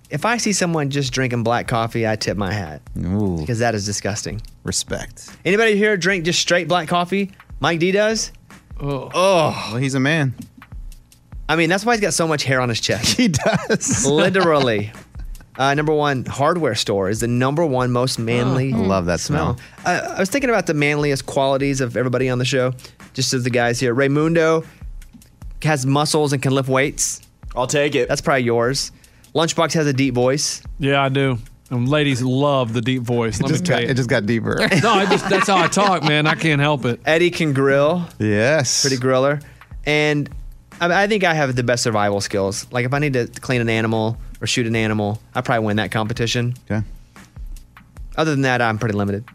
If I see someone just drinking black coffee, I tip my hat because that is disgusting. Respect. Anybody here drink just straight black coffee? Mike D does. Oh, well, he's a man. I mean, that's why he's got so much hair on his chest. he does, literally. Uh, number one, hardware store is the number one most manly. I love that smell. Uh, I was thinking about the manliest qualities of everybody on the show, just as the guys here. Raymundo has muscles and can lift weights. I'll take it. That's probably yours. Lunchbox has a deep voice. Yeah, I do. And ladies love the deep voice. Let just me got- tell you. it just got deeper. no, I just that's how I talk, man. I can't help it. Eddie can grill. Yes. Pretty griller. And I, I think I have the best survival skills. Like if I need to clean an animal or shoot an animal, I probably win that competition. Okay. Other than that, I'm pretty limited.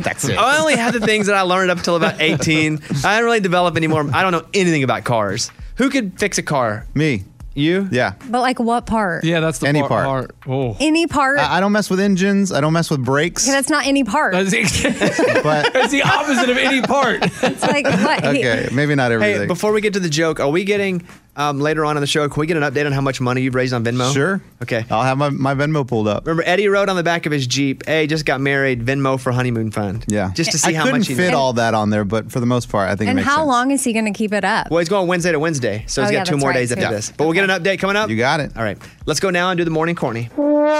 That's it. I only had the things that I learned up until about 18. I didn't really develop anymore. I don't know anything about cars. Who could fix a car? Me. You? Yeah. But like what part? Yeah, that's the any part. Ah. Oh. Any part? I, I don't mess with engines. I don't mess with brakes. Okay, that's not any part. uh, but it's the opposite of any part. it's like what? Okay, maybe not Hey, everything. before we get to the joke, are we getting um, later on in the show? Can we get an update on how much money you've raised on Venmo? Sure. Okay. I'll have my, my Venmo pulled up. Remember, Eddie wrote on the back of his Jeep, "Hey, just got married. Venmo for honeymoon fund." Yeah. Just to see I how couldn't much he fit made. all that on there, but for the most part, I think it and makes how sense. long is he going to keep it up? Well, he's going Wednesday to Wednesday, so he's Oh, yeah, got two that's more right, days after too. this. But we'll get an update coming up. You got it. All right. Let's go now and do the morning corny. The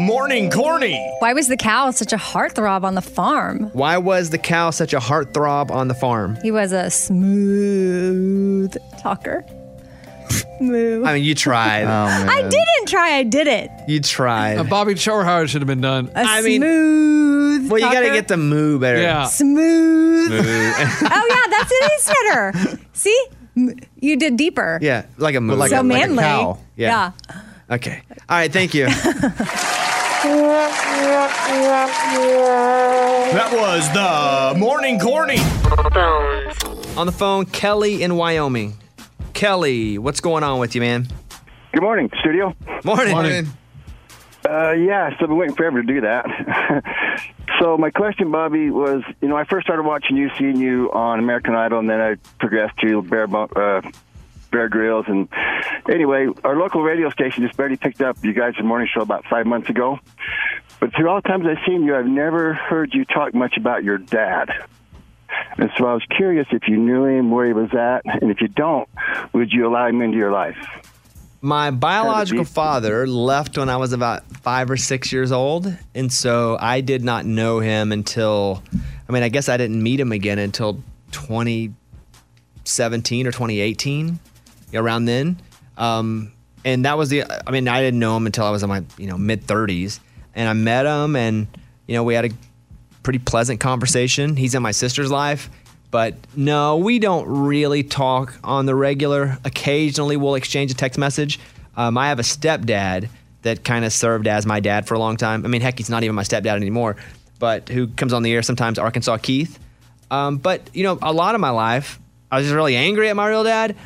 morning corny. Why was the cow such a heartthrob on the farm? Why was the cow such a heartthrob on the farm? He was a smooth talker. Smooth. I mean, you Oh, tried. I didn't try. I did it. You tried. A Bobby Chower should have been done. A smooth. well, you got to talker. get the moo better. Yeah. Smooth. oh yeah, that's it is better. See, M- you did deeper. yeah, like a moo. so manly. Yeah. Okay. All right. Thank you. That was the morning corny. on the phone, Kelly in Wyoming. Kelly, what's going on with you, man? Good morning, studio. Morning. Morning. Uh, yeah, so I've been waiting forever to do that. so my question, Bobby, was you know I first started watching you, seeing you on American Idol, and then I progressed to Bear Bo- uh, Bear Grylls, and anyway, our local radio station just barely picked up you guys' morning show about five months ago. But through all the times I've seen you, I've never heard you talk much about your dad. And so I was curious if you knew him, where he was at, and if you don't, would you allow him into your life? My biological father left when I was about five or six years old. And so I did not know him until, I mean, I guess I didn't meet him again until 2017 or 2018, around then. Um, and that was the, I mean, I didn't know him until I was in my, you know, mid 30s. And I met him and, you know, we had a pretty pleasant conversation. He's in my sister's life. But no, we don't really talk on the regular. Occasionally, we'll exchange a text message. Um, I have a stepdad that kind of served as my dad for a long time. I mean, heck, he's not even my stepdad anymore, but who comes on the air sometimes, Arkansas Keith. Um, but, you know, a lot of my life, I was just really angry at my real dad.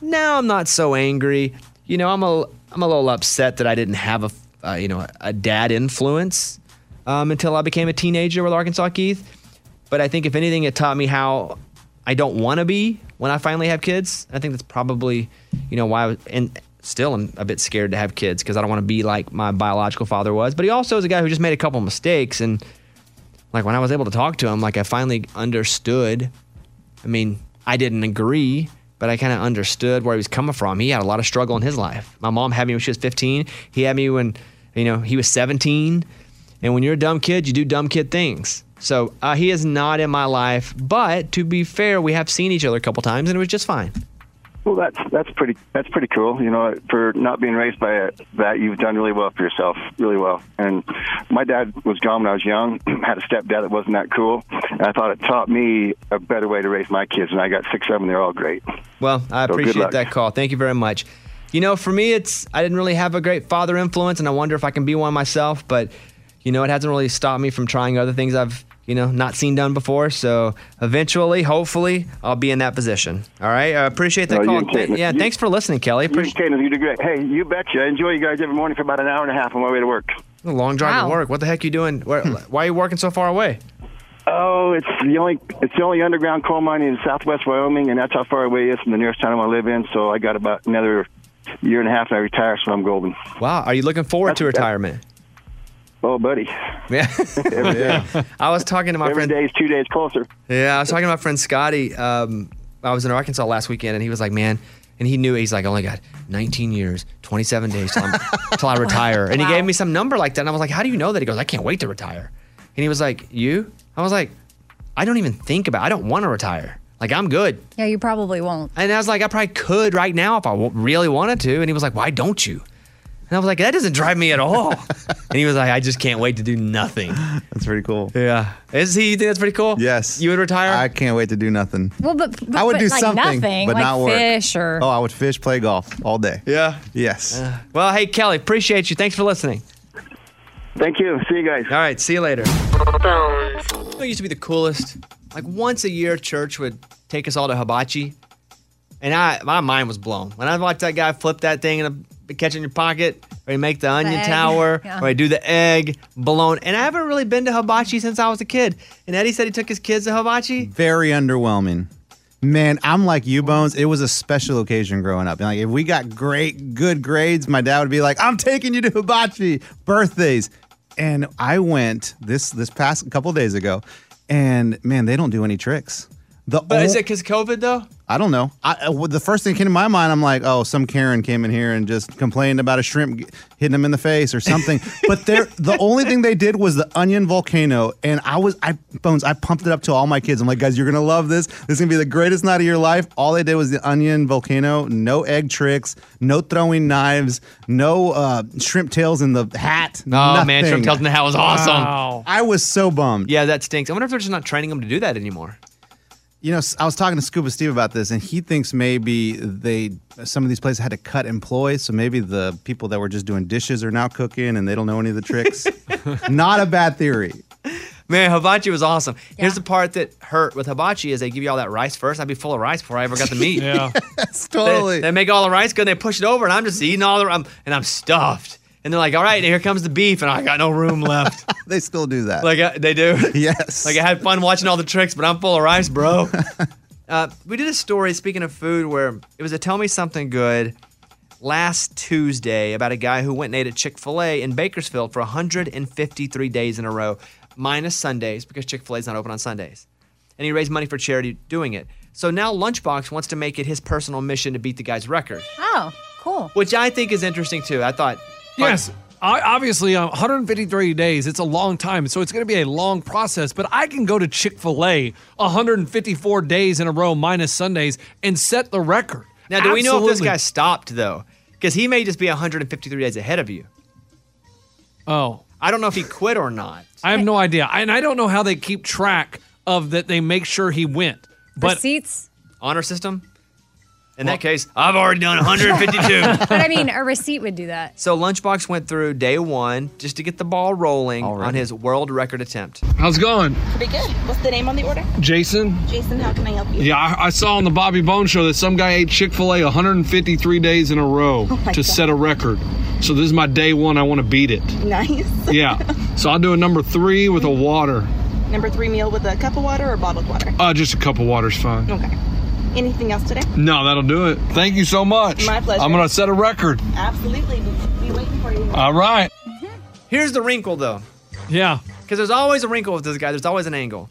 Now I'm not so angry. You know, I'm a, I'm a little upset that I didn't have a, uh, you know, a dad influence um, until I became a teenager with Arkansas Keith. But I think if anything, it taught me how I don't want to be when I finally have kids. I think that's probably, you know, why. I was, and still, I'm a bit scared to have kids because I don't want to be like my biological father was. But he also is a guy who just made a couple mistakes. And like when I was able to talk to him, like I finally understood. I mean, I didn't agree, but I kind of understood where he was coming from. He had a lot of struggle in his life. My mom had me when she was 15. He had me when, you know, he was 17. And when you're a dumb kid, you do dumb kid things. So uh, he is not in my life, but to be fair, we have seen each other a couple times, and it was just fine. Well, that's that's pretty that's pretty cool. You know, for not being raised by a, that, you've done really well for yourself, really well. And my dad was gone when I was young. had a stepdad that wasn't that cool, and I thought it taught me a better way to raise my kids. And I got six of them; they're all great. Well, I So good appreciate luck. that call. Thank you very much. You know, for me, it's I didn't really have a great father influence, and I wonder if I can be one myself. But you know, it hasn't really stopped me from trying other things I've you know not seen done before. So eventually, hopefully, I'll be in that position. All right, I appreciate that No, Oh, you call. didn't say it. yeah, You- thanks for listening, Kelly. You Candace, you did great. Hey, you betcha. I enjoy you guys every morning for about an hour and a half on my way to work. A long drive to work. What the heck you doing? Where, Why are you working so far away? Oh, it's the only it's the only underground coal mine in Southwest Wyoming, and that's how far away it is from the nearest town I live in. So I got about another year and a half, and I retire, so I'm golden. Wow, are you looking forward to retirement? Oh, buddy. Yeah. I was talking to my friend. Every day is two days closer. Yeah, I was talking to my friend Scotty. Um, I was in Arkansas last weekend, and he was like, "Man," and he knew he's like, "Oh "Only got 19 years, 27 days till, I'm, till I retire." And he gave me some number like that, and I was like, "How do you know that?" He goes, "I can't wait to retire." And he was like, "You?" I was like, "I don't even think about. I don't want to retire. Like I'm good." Yeah, you probably won't. And I was like, "I probably could right now if I w- really wanted to." And he was like, "Why don't you?" And And I was like, that doesn't drive me at all. and he was like, I just can't wait to do nothing. That's pretty cool. Yeah. Is he? You think that's pretty cool? Yes. You would retire? I can't wait to do nothing. Well, but, but I would but do like something, nothing, but like not work. fish or Oh, I would fish, play golf all day. Yeah. Uh, Yes. Well, hey, Kelly, appreciate you. Thanks for listening. Thank you. See you guys. All right. See you later. You know, it used to be the coolest. Like once a year, church would take us all to hibachi, and I my mind was blown when I watched that guy flip that thing and catch it in your pocket, or he make the onion egg, tower, yeah. or he do the egg balloon. And I haven't really been to hibachi since I was a kid. And Eddie said he took his kids to hibachi. Very underwhelming. Man, I'm like you, Bones. It was a special occasion growing up. And like, if we got great, good grades, my dad would be like, "I'm taking you to hibachi birthdays." And I went this this past couple days ago, and man, they don't do any tricks. The But is ol- it because COVID though? I don't know. I, uh, well, the first thing that came to my mind, I'm like, oh, some Karen came in here and just complained about a shrimp g- hitting him in the face or something. but they're, the only thing they did was the onion volcano, and I was, I bones, I pumped it up to all my kids. I'm like, guys, you're gonna love this. This is gonna be the greatest night of your life. All they did was the onion volcano. No egg tricks. No throwing knives. No uh, shrimp tails in the hat. No, Oh, man, shrimp tails in the hat was awesome. I was so bummed. Yeah, that stinks. I wonder if they're just not training them to do that anymore. You know, s- I was talking to Scuba Steve about this, and he thinks maybe they some of these places had to cut employees, so maybe the people that were just doing dishes are now cooking, and they don't know any of the tricks. Not a bad theory. Man, hibachi was awesome. Here's the part that hurt with hibachi is they give you all that rice first. I'd be full of rice before I ever got the meat. Yeah. Yes, They- totally. They, make all the rice good and they push it over, and I'm just eating all the I'm, and I'm stuffed. And they're like, all right, here comes the beef, and I got no room left. they still do that. Like uh, they do. Yes. Like I had fun watching all the tricks, but I'm full of rice, bro. uh, we did a story speaking of food where it was a tell me something good last Tuesday about a guy who went and ate at Chick Fil A in Bakersfield for 153 days in a row, minus Sundays because Chick Fil A is not open on Sundays, and he raised money for charity doing it. So now Lunchbox wants to make it his personal mission to beat the guy's record, oh, cool. which I think is interesting too. I thought. Yes. I, obviously, uh, 153 days, it's a long time. So it's going to be a long process. But I can go to Chick fil A 154 days in a row, minus Sundays, and set the record. Now, do we know if this Absolutely. guy stopped though? Because he may just be 153 days ahead of you. Oh. I don't know if he quit or not. I have no idea. I, and I don't know how they keep track of that they make sure he went. But Receipts? Honor system? In that case, I've already done 152. but I mean, a receipt would do that. so Lunchbox went through day one just to get the ball rolling on his world record attempt. How's it going? Pretty good. What's the name on the order? Jason? Jason, how can I help you? Yeah, I, I saw on the Bobby Bone show that some guy ate Chick fil A 153 days in a row Oh my to God. set a record. So this is my day one. I want to beat it. Nice. Yeah. so I'll do a number three with a water. Number three meal with a cup of water or bottled water? Uh, just a cup of water's fine. Okay. Anything else today? No, that'll do it. Thank you so much. My pleasure. I'm going to set a record. Absolutely. We'll be waiting for you. All right. Mm-hmm. Here's the wrinkle, though. Yeah. Because there's always a wrinkle with this guy, there's always an angle.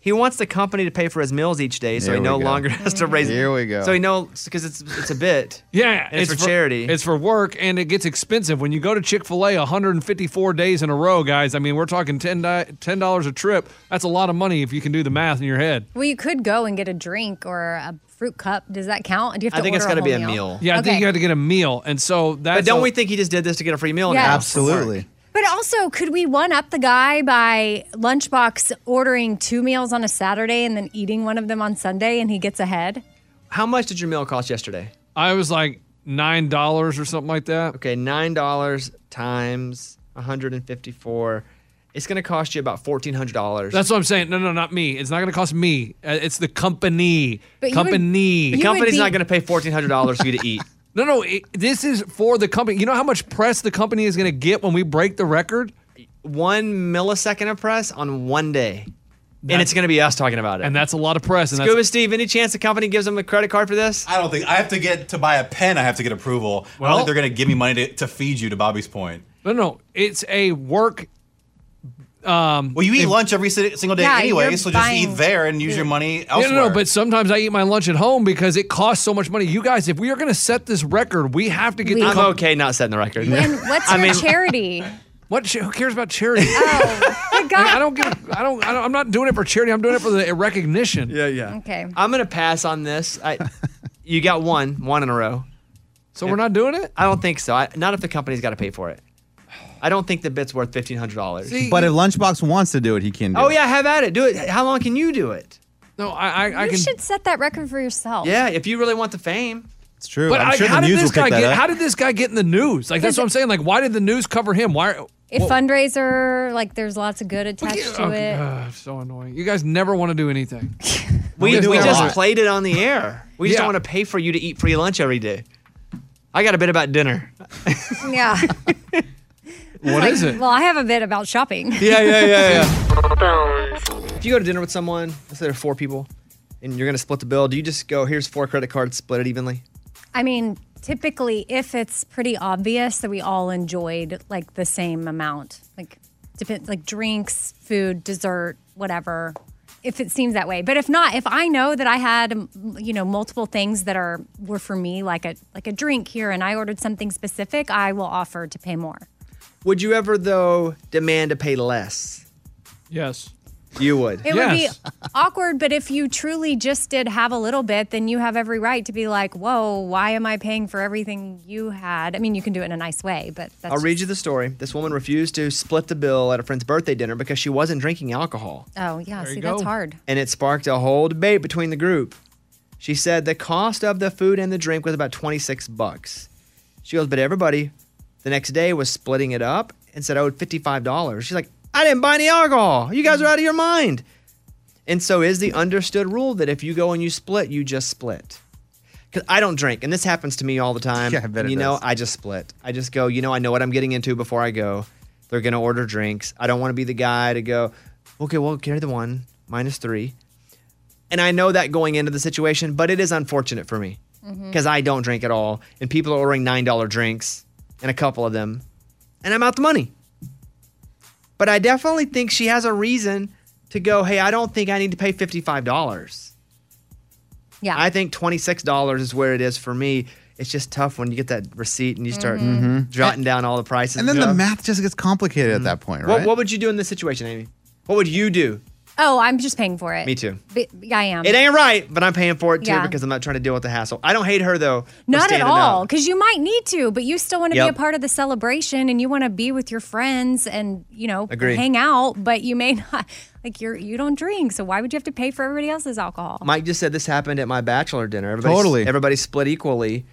He wants the company to pay for his meals each day, so Here he we no go. longer has to raise. Here we go. So he knows because it's it's a bit. Yeah, And it's for charity. It's for work, and it gets expensive when you go to Chick Fil A 154 days in a row, guys. I mean, we're talking ten dollars a trip. That's a lot of money if you can do the math in your head. Well, you could go and get a drink or a fruit cup. Does that count? Do you have to I think it's order gotta whole be a meal. Yeah, I Okay. think you had to get a meal, and so that's. But don't a- we think he just did this to get a free meal? Yes. Now? Absolutely. But also, could we one up the guy by lunchbox ordering two meals on a Saturday and then eating one of them on Sunday, and he gets ahead? How much did your meal cost yesterday? I was like nine dollars or something like that. Okay, nine dollars times 154. It's gonna cost you about fourteen hundred dollars. That's what I'm saying. No, no, not me. It's not going to cost me. Uh, It's the company. But you would- company. The you would company's be- not gonna pay fourteen hundred dollars for you to eat. No, no. It, this is for the company. You know how much press the company is going to get when we break the record? One millisecond of press on one day. and it's going to be us talking about it. And that's a lot of press. And that's- Scuba Steve, any chance the company gives him a credit card for this? I don't think I have to get to buy a pen. I have to get approval. I don't Well- think they're going to give me money to, to feed you. To Bobby's point, No, no, it's a work. Um, well, you eat lunch every si- single day Yeah, anyway, you're so just buying eat there and use your money No, elsewhere. no, no, but sometimes I eat my lunch at home because it costs so much money. You guys, if we are going to set this record, we have to get. We- the I'm okay not setting the record. And what's your Oh, charity? What? cha- Who cares about charity? Like, I don't give. I don't, I don't. I'm not doing it for charity. I'm doing it for the recognition. Yeah, yeah. Okay. I'm gonna pass on this. I, you got one, one in a row. So we're not doing it? I don't think so. I, not if the company's got to pay for it. I don't think the bit's worth fifteen hundred dollars. But if Lunchbox wants to do it, he can do oh it. yeah, have at it. Do it. How long can you do it? No, I I, you should set that record for yourself. Yeah, if you really want the fame. It's true. But I'm I- sure how the did news this will guy pick that get? up. How did this guy get in the news? Like that's Because- what I'm saying. Like why did the news cover him? Why? If whoa. fundraiser, like there's lots of good attached Oh, to Okay, it. ugh, so annoying. You guys never want to do anything. We, do we it a just lot. played it on the air. We Yeah. just don't want to pay for you to eat free lunch every day. I got a bit about dinner. Yeah. What Like, is Well, I have a bit about shopping. Yeah, yeah, yeah, yeah. if you go to dinner with someone, let's say there are four people, and you're gonna split the bill, do you just go, here's four credit cards, split it evenly? I mean, typically, if it's pretty obvious that we all enjoyed like the same amount, like depend, like drinks, food, dessert, whatever. If it seems that way, but if not, if I know that I had, um, you know, multiple things that are were for me, like a like a drink here, and I ordered something specific, I will offer to pay more. Would you ever though demand to pay less? Yes. You would. It would be awkward, but if you truly just did have a little bit, then you have every right to be like, "Whoa, why am I paying for everything you had?" I mean, you can do it in a nice way, but that's I'll read you the story. This woman refused to split the bill at a friend's birthday dinner because she wasn't drinking alcohol. Oh yeah, There you see that's go. hard. and it sparked a whole debate between the group. She said the cost of the food and the drink was about 26 bucks. She goes, but everybody the next day was splitting it up and said I owed $55. She's like, I didn't buy any alcohol. You guys are out of your mind. And so is the understood rule that if you go and you split, you just split. Because I don't drink, and this happens to me all the time. Yeah, I bet it you know, does. I just split. I just go, you know, I know what I'm getting into before I go. They're going to order drinks. I don't want to be the guy to go, okay, well, carry the one, minus three. And I know that going into the situation, but it is unfortunate for me because Mm. I don't drink at all. And people are ordering $9 drinks and a couple of them, and I'm out the money. But I definitely think she has a reason to go, hey, I don't think I need to pay $55. Yeah. I think $26 is where it is for me. It's just tough when you get that receipt and you start Mm-hmm. Mhm. Mhm. jotting down all the prices. And then Yeah. the math just gets complicated at that point, What, right? what would you do in this situation, Amy? What would you do? Oh, I'm just paying for it. Me too. But- I am. It ain't right, but I'm paying for it too um, Yeah. because I'm not trying to deal with the hassle. I don't hate her though. for Not at standing all, up. because you might need to, but you still want to be Yep. a part of the celebration and you want to be with your friends and you know Agree. hang out. But you may not like you're you don't drink, so why would you have to pay for everybody else's alcohol? Mike just said this happened at my bachelor dinner. Everybody, Totally. Everybody split equally,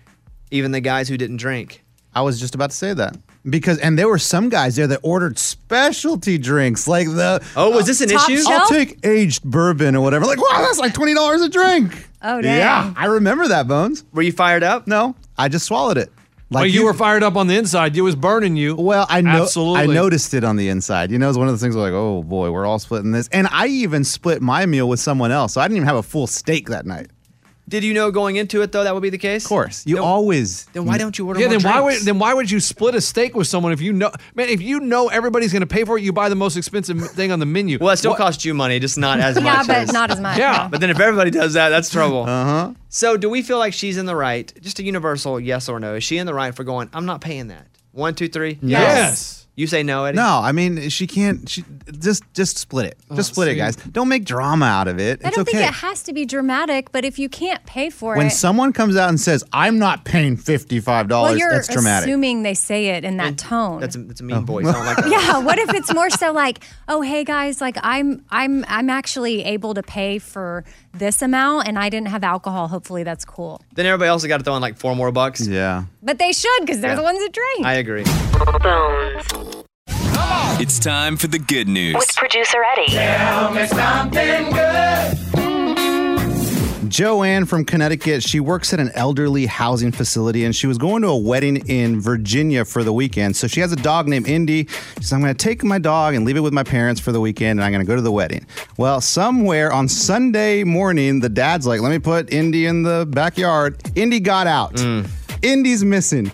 even the guys who didn't drink. I was just about to say that. Because and there were some guys there that ordered specialty drinks like the Oh, was this an Top issue? I'll shelf? take aged bourbon or whatever. Like, wow, that's like twenty dollars a drink. Oh Yeah, I remember that, Bones. Were you fired up? No, I just swallowed it. Like you, were fired up on the inside. It was burning you. Well, I know. Absolutely. I noticed it on the inside. You know, it's one of those things where like, oh boy, we're all splitting this. And I even split my meal with someone else, so I didn't even have a full steak that night. Did you know going into it though that would be the case? Of course. You always. Then why don't you order? Yeah, more then why would drinks? then why would you split a steak with someone if you know man if you know everybody's going to pay for it you buy the most expensive thing on the menu. Well, it still costs you money, just not as Yeah, much. but as- not as much, Yeah, no. but then if everybody does that, that's trouble. Uh Uh-huh. huh. So, do we feel like she's in the right? Just a universal yes or no. Is she in the right for going? I'm not paying that. One, two, three. Yes. Yes. You say no, Eddie. No, I mean she can't. She just just split it. Oh, Just split it, guys. Don't make drama out of it. I it's don't okay. think it has to be dramatic, but if you can't pay for when it, someone comes out and says, "I'm not paying fifty five well, dollars," you're that's dramatic. Oh. assuming they say it in that tone. That's a, that's a mean voice. I don't like that. yeah what if it's more so like oh hey guys like i'm i'm i'm actually able to pay for this amount and i didn't have alcohol hopefully that's cool Then everybody else has got to throw in like four more bucks. Yeah. but they should because they're Yeah. the ones that drink I agree. It's time for the good news. With producer Eddie. Tell me something good. Joanne from Connecticut, she works at an elderly housing facility and she was going to a wedding in Virginia for the weekend. So she has a dog named Indy. She says, I'm going to take my dog and leave it with my parents for the weekend and I'm going to go to the wedding. Well, somewhere on Sunday morning, the dad's like, let me put Indy in the backyard. Indy got out. Indy's missing.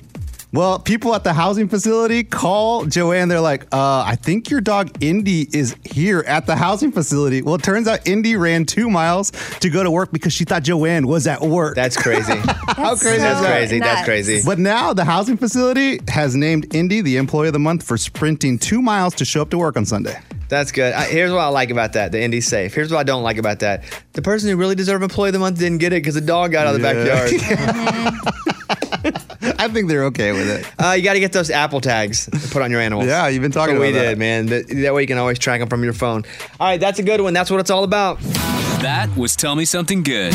Well, people at the housing facility call Joanne. They're like, uh, I think your dog Indy is here at the housing facility. Well, it turns out Indy ran two miles to go to work because she thought Joanne was at work. That's crazy. How crazy That's is that? crazy. That's crazy. But now the housing facility has named Indy the employee of the month for sprinting two miles to show up to work on Sunday. That's good. I, here's what I like about that. The indie's safe. Here's what I don't like about that. The person who really deserved Employee of the Month didn't get it because the dog got out of the Yeah. backyard. I think they're okay with it. Uh, you got to get those Apple tags to put on your animals. Yeah, you've been talking That's what about we that. did, man. That, that way you can always track them from your phone. All right, that's a good one. That's what it's all about. That was Tell Me Something Good.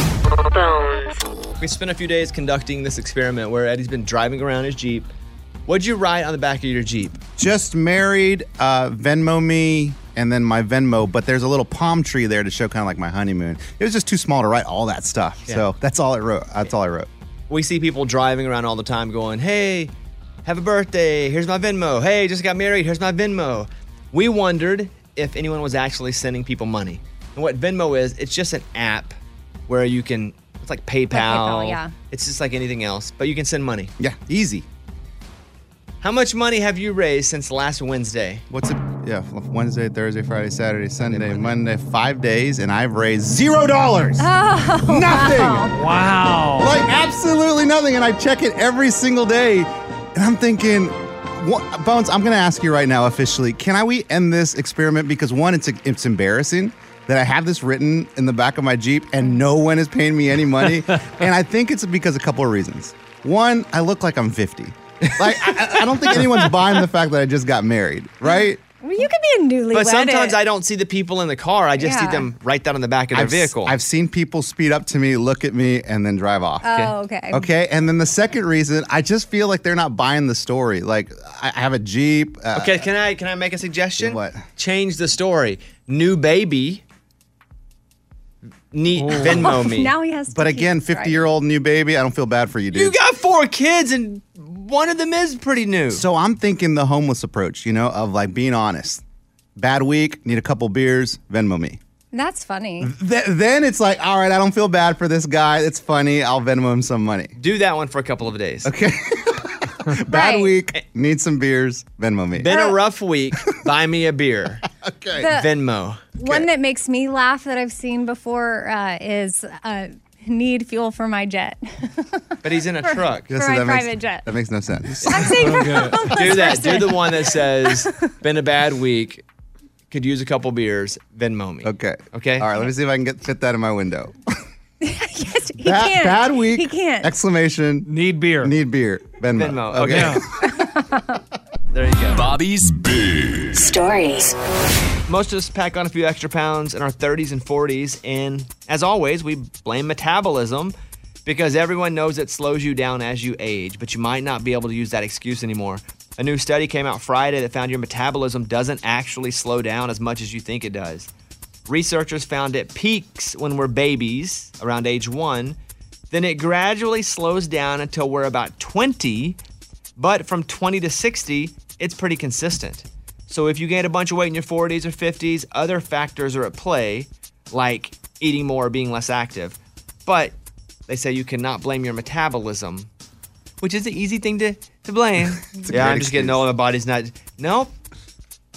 We spent a few days conducting this experiment where Eddie's been driving around his Jeep. What'd you write on the back of your Jeep? Just married, uh, Venmo me, and then my Venmo. But there's a little palm tree there to show kind of like my honeymoon. It was just too small to write all that stuff. Yeah. So that's all I wrote. That's all I wrote. We see people driving around all the time going, hey, have a birthday. Here's my Venmo. Hey, just got married. Here's my Venmo. We wondered if anyone was actually sending people money. And what Venmo is, it's just an app where you can, it's like PayPal. PayPal, yeah. It's just like anything else, but you can send money. Yeah, easy. How much money have you raised since last Wednesday? What's it? Yeah, Wednesday, Thursday, Friday, Saturday, Sunday, Monday, five days, and I've raised zero dollars. Oh, Nothing. Wow. Like absolutely nothing. And I check it every single day. And I'm thinking, what, Bones, I'm going to ask you right now officially can I we end this experiment? Because one, it's, it's embarrassing that I have this written in the back of my Jeep and no one is paying me any money. and I think it's because a couple of reasons. One, I look like I'm 50. Like, I, I- I don't think anyone's buying the fact that I just got married, right? Well, you could be a newlywed. But sometimes I don't see the people in the car. I just see Yeah. them right down in the back of their I've, vehicle. I've seen people speed up to me, look at me, and then drive off. Oh, okay. Okay, and then the second reason, I just feel like they're not buying the story. Like I I have a Jeep. Uh, Okay, can I can I make a suggestion? What? Change the story. New baby. Need Venmo me. Now he has. But again, fifty-year-old new baby. I don't feel bad for you, dude. You got four kids and one of them is pretty new. So I'm thinking the homeless approach, you know, of like being honest. Bad week, need a couple beers, Venmo me. That's funny. Th- then it's like, all right, I don't feel bad for this guy. It's funny. I'll Venmo him some money. Do that one for a couple of days. Okay. Bad week, need some beers, Venmo me. Been a rough week. Buy me a beer. okay. The- Venmo. One that makes me laugh that I've seen before uh, is uh, need fuel for my jet. But he's in a For- truck. for my private jet. That makes no sense. I'm saying for Do that. Do the one that says, "Been a bad week. Could use a couple beers. Venmo me." Okay. Okay. All right, let me see if I can get fit that in my window. he Ba- can't. Bad week. He can't. Exclamation. Need beer. Need beer. Venmo. Venmo. Okay. there you go. Bobby's Big Stories. Most of us pack on a few extra pounds in our 30s and 40s, and as always, we blame metabolism because everyone knows it slows you down as you age, but you might not be able to use that excuse anymore. A new study came out Friday that found your metabolism doesn't actually slow down as much as you think it does. Researchers found it peaks when we're babies, around age one, then it gradually slows down until we're about 20, but from 20 to 60, it's pretty consistent. So if you gain a bunch of weight in your 40s or 50s, other factors are at play, like eating more or being less active. But they say you cannot blame your metabolism, which is the easy thing to, to blame. It's a yeah, great I'm just getting old. My body's not. No,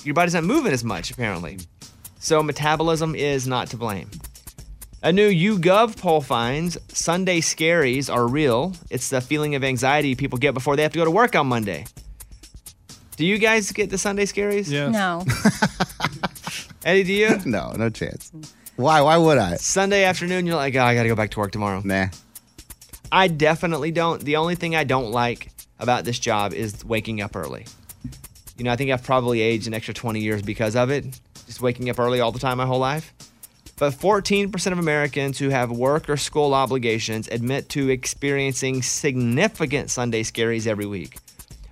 your body's not moving as much, apparently. So metabolism is not to blame. A new YouGov poll finds Sunday scaries are real. It's the feeling of anxiety people get before they have to go to work on Monday. Do you guys get the Sunday scaries? Yeah. No. Eddie, do you? no, no chance. Why? Why would I? Sunday afternoon, you're like, oh, I got to go back to work tomorrow. Nah. I definitely don't. The only thing I don't like about this job is waking up early. You know, I think I've probably aged an extra 20 years because of it, just waking up early all the time my whole life. But 14% of Americans who have work or school obligations admit to experiencing significant Sunday scaries every week.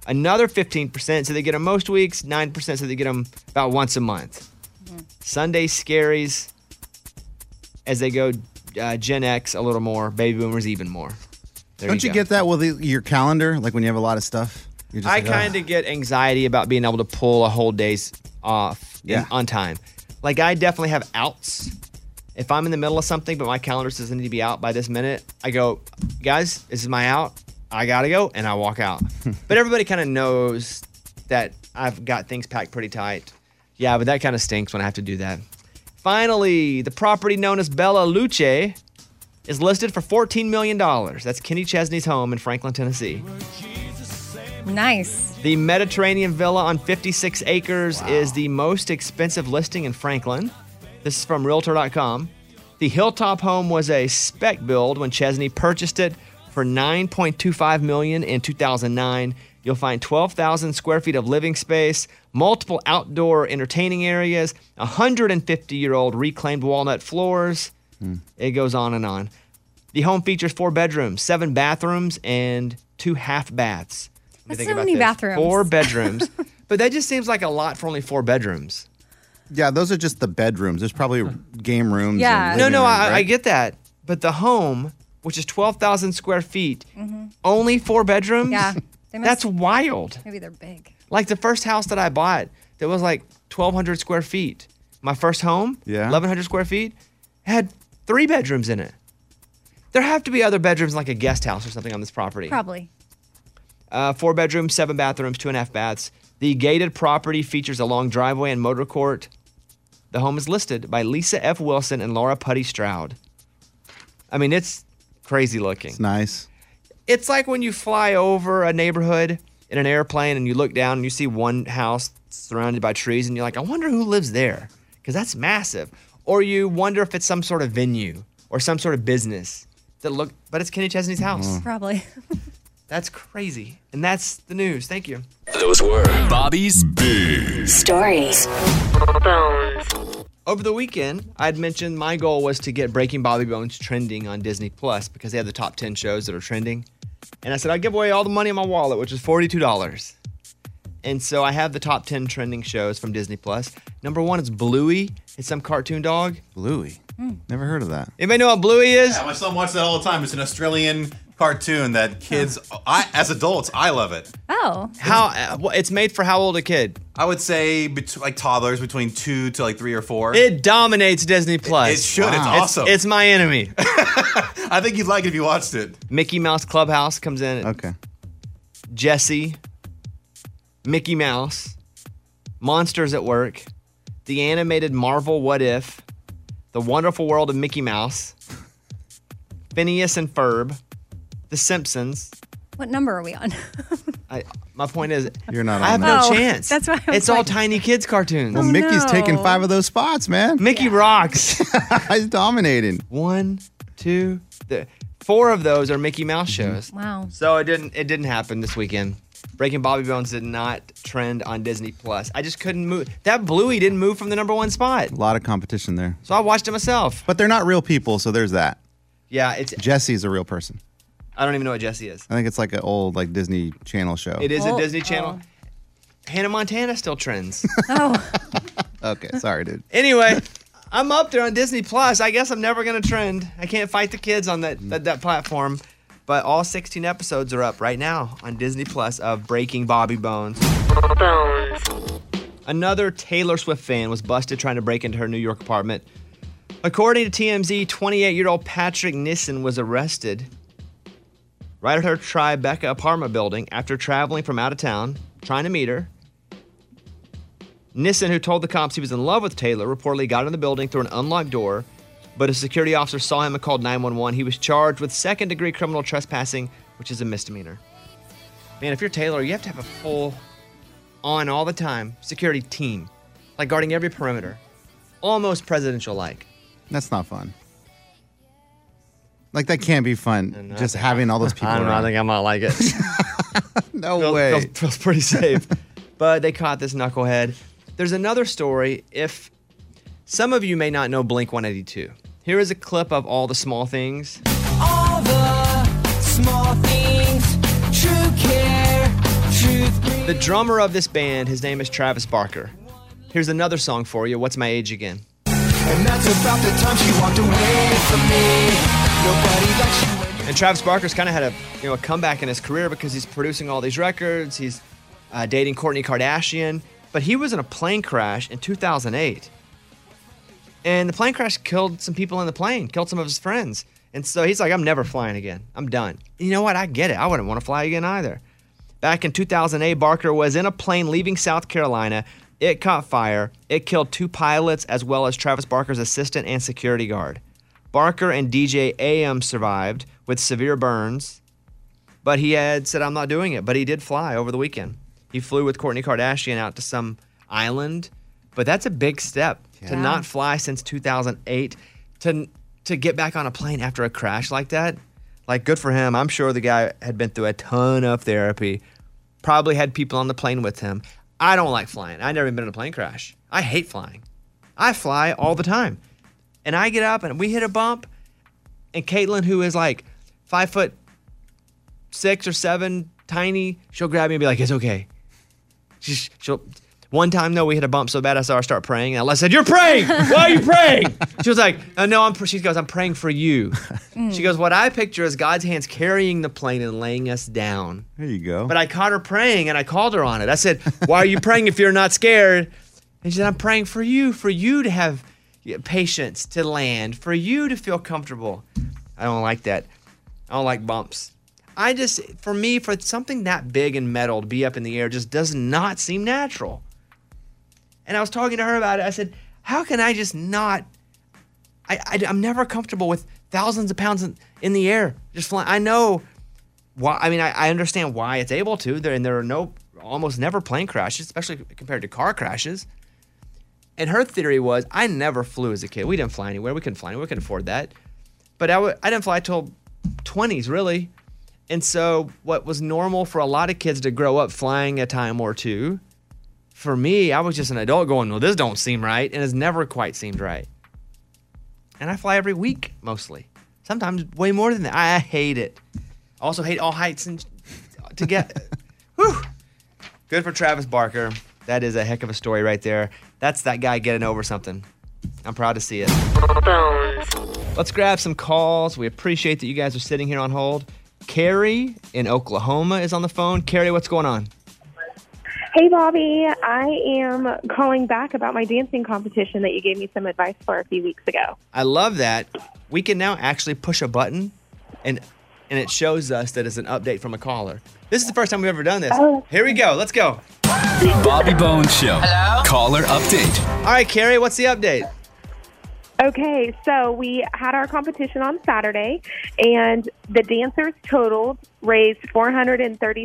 Another 15% say they get them most weeks, 9% say they get them about once a month. Sunday scaries as they go uh, Gen X a little more, baby boomers even more. There Don't you, go. get that with the, your calendar? Like when you have a lot of stuff. You're I like, "Ugh." kind of get anxiety about being able to pull a whole day's off in- Yeah. on time. Like I definitely have outs. If I'm in the middle of something, but my calendar says I need to be out by this minute, I go, guys, this is my out. I gotta go, and I walk out. but everybody kind of knows that I've got things packed pretty tight. Yeah, but that kind of stinks when I have to do that. Finally, the property known as Bella Luce is listed for $14 million. That's Kenny Chesney's home in Franklin, Tennessee. nice. The Mediterranean villa on 56 acres is the most expensive listing in Franklin. This is from Realtor.com. The hilltop home was a spec build when Chesney purchased it for 9.25 million in 2009. You'll find 12,000 square feet of living space, multiple outdoor entertaining areas, 150-year-old reclaimed walnut floors. Hmm. It goes on and on. The home features four bedrooms, seven bathrooms, and two half baths. Let me That's so many bathrooms. Four bedrooms. but that just seems like a lot for only four bedrooms. Yeah, those are just the bedrooms. There's probably game rooms. Yeah. and No, living no, rooms, I, I right? get that. But the home, which is 12,000 square feet, only four bedrooms? Yeah. Mm-hmm. They That's must- wild. Maybe they're big. Like the first house that I bought that was like 1,200 square feet, my first home, Yeah. 1,100 square feet, had three bedrooms in it. There have to be other bedrooms, like a guest house or something on this property. Probably. Uh, four bedrooms, seven bathrooms, two and a half baths. The gated property features a long driveway and motor court. The home is listed by Lisa F. Wilson and Laura Putty Stroud. I mean, it's crazy looking. It's nice. It's like when you fly over a neighborhood in an airplane and you look down and you see one house surrounded by trees and you're like, I wonder who lives there because that's massive. Or you wonder if it's some sort of venue or some sort of business that look, but it's Kenny Chesney's house. Probably. That's crazy. And that's the news. Thank you. Those were Bobby's Big Stories. Over the weekend, I'd mentioned my goal was to get Breaking Bobby Bones trending on Disney Plus because they have the top 10 shows that are trending. And I said I'd give away all the money in my wallet, which is $42. And so I have the top 10 trending shows from Disney Plus. Number one is Bluey. It's some cartoon dog. Bluey. Never heard of that. Anybody know what Bluey is? Yeah, my son watches that all the time. It's an Australian cartoon that kids, I, as adults, I love it. Oh. How uh, wh- it's made for how old a kid? I would say between like toddlers, between two to like three or four. It dominates Disney Plus. it should. It's Wow. awesome. It's, my enemy. I think you'd like it if you watched it. Mickey Mouse Clubhouse comes in. Okay. Jesse, Mickey Mouse, Monsters at Work, the animated Marvel What If, The Wonderful World of Mickey Mouse, Phineas and Ferb, The Simpsons. What number are we on? I, my point is, You're not. I have on no that. chance. Oh, that's why I was it's all like- Oh, tiny kids cartoons. Well, Mickey's taking five of those spots, man. Mickey rocks. He's dominating. One, two, th- four of those are Mickey Mouse Mm-hmm. shows. Wow. So it didn't it didn't happen this weekend. Breaking Bobby Bones did not trend on Disney Plus. I just couldn't move. That Bluey didn't move from the number one spot. A lot of competition there. So I watched it myself. But they're not real people, so there's that. Yeah, it's Jesse's a real person. I don't even know what Jesse is. I think it's like an old like Disney Channel show. It is a Disney Channel. uh, Hannah Montana still trends. Okay, sorry, dude. anyway, I'm up there on Disney Plus. I guess I'm never gonna trend. I can't fight the kids on that that, that platform. But all 16 episodes are up right now on Disney Plus of Breaking Bobby Bones. Another Taylor Swift fan was busted trying to break into her New York apartment. According to TMZ, 28 year old Patrick Nissen was arrested right at her Tribeca apartment building after traveling from out of town, trying to meet her. Nissen, who told the cops he was in love with Taylor, reportedly got in the building through an unlocked door, but a security officer saw him and called 911. He was charged with second degree criminal trespassing, which is a misdemeanor. Man, if you're Taylor, you have to have a full on all the time security team, like guarding every perimeter, almost presidential like. That's not fun. Like that can't be fun. Just having all those people. I don't know. I around. think I might like it. no way. Feels, feels pretty safe. but they caught this knucklehead. There's another story. If some of you may not know Blink 182, here is a clip of all the small things. All the small things, true care, truth. The drummer of this band, his name is Travis Barker. Here's another song for you. What's my age again? And that's about the time she walked away from me. Nobody likes you. And Travis Barker's kind of had a you know a comeback in his career because he's producing all these records. He's uh, dating Courtney Kardashian, but he was in a plane crash in 2008, and the plane crash killed some people in the plane, killed some of his friends, and so he's like, "I'm never flying again. I'm done." You know what? I get it. I wouldn't want to fly again either. Back in 2008, Barker was in a plane leaving South Carolina. It caught fire. It killed two pilots as well as Travis Barker's assistant and security guard. Barker and DJ AM survived with severe burns, but he had said, I'm not doing it. But he did fly over the weekend. He flew with Courtney Kardashian out to some island, but that's a big step to Yeah. not fly since 2008. To, to get back on a plane after a crash like that, Like, good for him. I'm sure the guy had been through a ton of therapy, probably had people on the plane with him. I don't like flying. i never been in a plane crash. I hate flying. I fly all the time. And I get up and we hit a bump, and Caitlin, who is like five foot six or seven, tiny, she'll grab me and be like, it's okay. She's, she'll. One time though, we hit a bump so bad I saw her start praying. And I said, "You're praying? Why are you praying?" She was like, "Uh, "No, I'm." pr-" She goes, "I'm praying for you." She goes, "What I picture is God's hands carrying the plane and laying us down." There you go. But I caught her praying and I called her on it. I said, Why are you praying if you're not scared? And she said, I'm praying for you, for you to have patience to land, for you to feel comfortable. I don't like that. I don't like bumps. I just, for me, for something that big and metal to be up in the air just does not seem natural. And I was talking to her about it. I said, How can I just not? I, I, I'm never comfortable with thousands of pounds in, in the air just flying. I know why I mean I, I understand why it's able to there and there are no almost never plane crashes especially compared to car crashes and her theory was I never flew as a kid we didn't fly anywhere we couldn't fly anywhere we couldn't afford that but I w- I didn't fly till 20s really and so what was normal for a lot of kids to grow up flying a time or two for me I was just an adult going well this don't seem right and it's never quite seemed right and I fly every week mostly sometimes way more than that I hate it also hate all heights and to get. Whew. Good for Travis Barker. That is a heck of a story right there. That's that guy getting over something. I'm proud to see it. Let's grab some calls. We appreciate that you guys are sitting here on hold. Carrie in Oklahoma is on the phone. Carrie, what's going on? Hey, Bobby. I am calling back about my dancing competition that you gave me some advice for a few weeks ago. I love that. We can now actually push a button and and it shows us that it's an update from a caller. This is the first time we've ever done this. Here we go. Let's go. The Bobby Bones Show. Caller update. All right, Carrie, what's the update? Okay, so we had our competition on Saturday, and the dancers totaled raised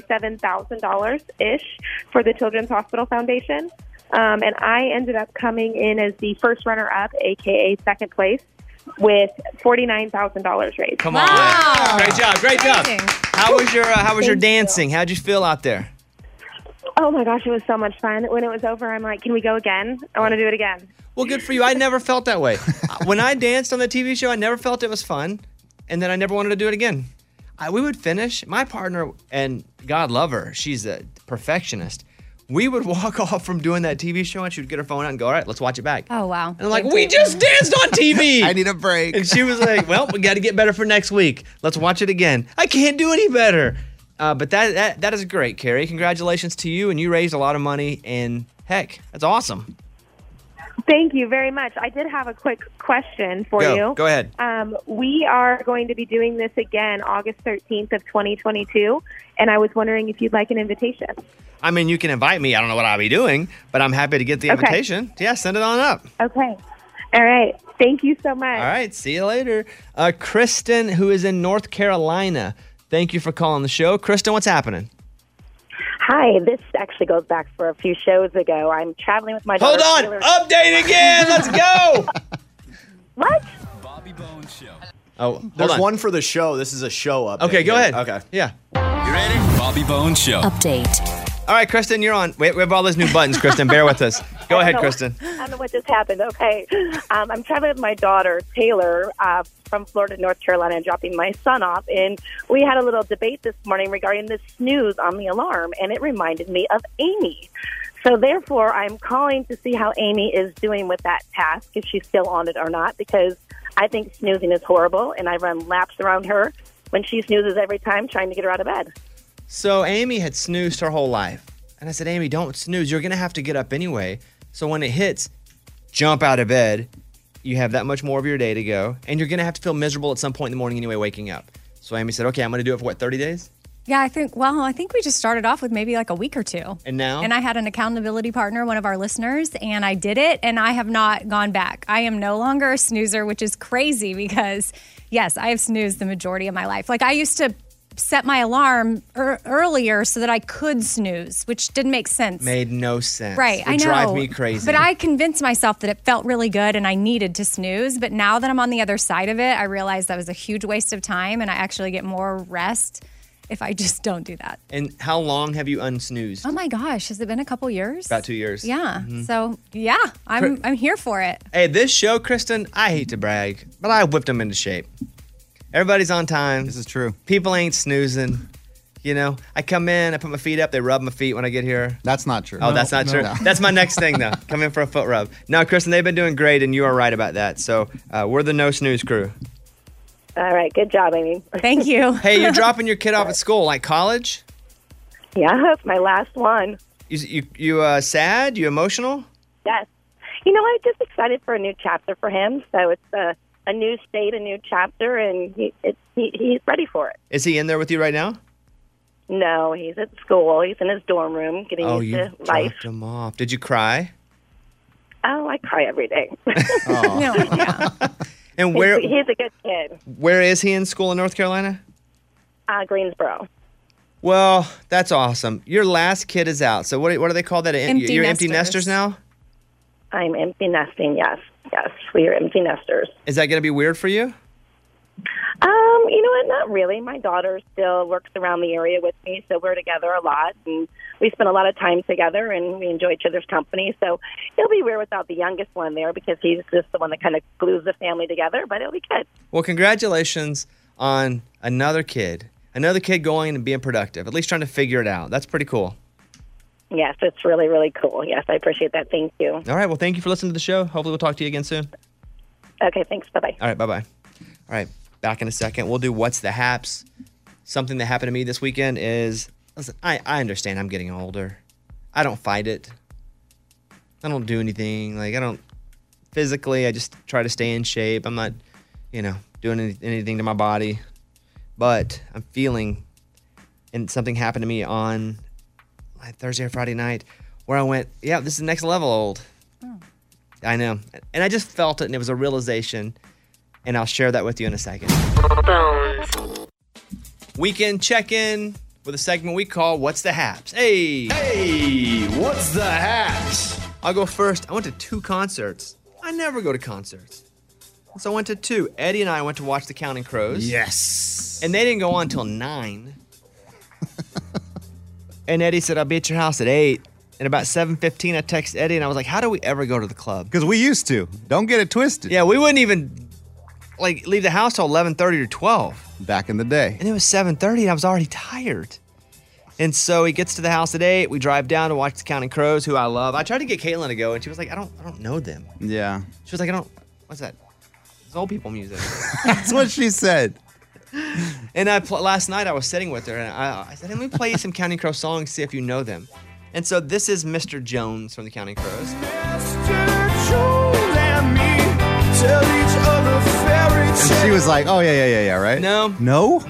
$437,000 ish for the Children's Hospital Foundation. Um, and I ended up coming in as the first runner up, aka second place, with $49,000 raised. Come on. Great job. Great job. How was your uh, How was your dancing? How'd you feel out there? Oh my gosh, it was so much fun. When it was over, I'm like, can we go again? I want to do it again. Well, good for you. I never felt that way. Uh, when I danced on the TV show, I never felt it was fun, and then I never wanted to do it again. I, we would finish. My partner and God love her. She's a perfectionist. We would walk off from doing that TV show, and she would get her phone out and go, "All right, let's watch it back." Oh wow. And I'm like, we just danced on TV. I need a break. And she was like, well, we got to get better for next week. Let's watch it again. I can't do any better. Uh, but that, that that is great, Carrie. Congratulations to you, and you raised a lot of money. And heck, that's awesome. Thank you very much. I did have a quick question for Go. you. Go ahead. Um, we are going to be doing this again August 13th of 2022, and I was wondering if you'd like an invitation. I mean, you can invite me. I don't know what I'll be doing, but I'm happy to get the Okay. invitation. Yeah, send it on up. Okay. All right. Thank you so much. All right, see you later. Uh, Kristen, who is in North Carolina, thank you for calling the show. Kristen, what's happening? Hi, this actually goes back for a few shows ago. I'm traveling with my Hold daughter, on, Taylor. update again. Let's go. What? Oh, hold there's on. one for the show. This is a show up. Okay, go ahead. Okay. Yeah. Bobby Bones Show. Update. All right, Kristen, you're on. We we have all those new buttons, Kristen. Bear with us. Go ahead, Kristen. I don't know what just happened. Okay. Um, I'm traveling with my daughter, Taylor, uh, from Florida to North Carolina, and dropping my son off. And we had a little debate this morning regarding the snooze on the alarm, and it reminded me of Amy. So, therefore, I'm calling to see how Amy is doing with that task, if she's still on it or not, because I think snoozing is horrible, and I run laps around her when she snoozes every time trying to get her out of bed. So Amy had snoozed her whole life. And I said, Amy, don't snooze. You're going to have to get up anyway. So when it hits, jump out of bed. You have that much more of your day to go. And you're going to have to feel miserable at some point in the morning anyway, waking up. So Amy said, okay, I'm going to do it for what, 30 days? Yeah, I think. Well, I think we just started off with maybe like a week or two. And now? And I had an accountability partner, one of our listeners, and I did it, and I have not gone back. I am no longer a snoozer, which is crazy because, yes, I have snoozed the majority of my life. Like I used to set my alarm er- earlier so that I could snooze, which didn't make sense. Made no sense. Right, It I know. Drive me crazy. But I convinced myself that it felt really good and I needed to snooze. But now that I'm on the other side of it, I realize that was a huge waste of time and I actually get more rest if I just don't do that. And how long have you unsnoozed? Oh my gosh, has it been a couple years? About two years. Yeah. Mhm. So yeah, I'm I'm here for it. Hey, this show, Kristen, I hate to brag, but I whipped them into shape. Everybody's on time. This is true. People ain't snoozing. You know, I come in, I put my feet up, they rub my feet when I get here. That's not true. Oh, that's not true. That's my next thing, though. Come in for a foot rub. No, Kristen, they've been doing great, and you are right about that. So uh, we're the no snooze crew. All right. Good job, Amy. Thank you. Hey, you're dropping your kid off at school, like college? Yeah, it's my last one. You you, you uh, sad? You emotional? Yes. You know, I'm just excited for a new chapter for him. So it's a, a new state, a new chapter, and he, it, he he's ready for it. Is he in there with you right now? No, he's at school. He's in his dorm room getting oh, you used to dropped life. him off. Did you cry? Oh, I cry every day. And where he's, he's a good kid. where is he in school in North Carolina? Uh, Greensboro. Well, that's awesome. Your last kid is out. So what, do- what do they call that? Em- Empty You're empty nesters. nesters now? I'm empty nesting. Yes, yes, we are empty nesters. Is that going to be weird for you? Um, you know what? Not really. My daughter still works around the area with me, so we're together a lot, and we spend a lot of time together, and we enjoy each other's company. So it'll be weird without the youngest one there because he's just the one that kind of glues the family together. But it'll be good. Well, congratulations on another kid. Another kid going and being productive, at least trying to figure it out. That's pretty cool. Yes, it's really really cool. Yes, I appreciate that. Thank you. All right. Well, thank you for listening to the show. Hopefully, we'll talk to you again soon. Okay, thanks. Bye bye. All right. Bye bye. All right. Back in a second. We'll do What's the Haps. Something that happened to me this weekend is listen, I, I understand I'm getting older. I don't fight it. I don't do anything. Like, I don't physically, I just try to stay in shape. I'm not, you know, doing any, anything to my body. But I'm feeling, and something happened to me on like, Thursday or Friday night where I went, yeah, this is next level old. I know. And I just felt it, and it was a realization. And I'll share that with you in a second. Weekend check in with a segment we call What's the Haps? Hey! Hey! What's the Haps? I'll go first. I went to two concerts. I never go to concerts. So I went to two. Eddie and I went to watch the Counting Crows. Yes. And they didn't go on till nine. and Eddie said, I'll be at your house at eight. And about 7.15, I text Eddie and I was like, how do we ever go to the club? Because we used to. Don't get it twisted. Yeah, we wouldn't even like leave the house till eleven thirty or twelve. Back in the day. And it was seven thirty, and I was already tired. And so he gets to the house at eight. We drive down to watch the Counting Crows, who I love. I tried to get Caitlin to go, and she was like, "I don't, I don't know them." Yeah. She was like, "I don't. What's that? It's old people music." That's what she said. and I pl- last night I was sitting with her, and I, I said, "Let me play you some Counting Crows songs, see if you know them." And so this is Mr. Jones from the Counting Crows. And she was like, oh, yeah, yeah, yeah, yeah, right? No. No?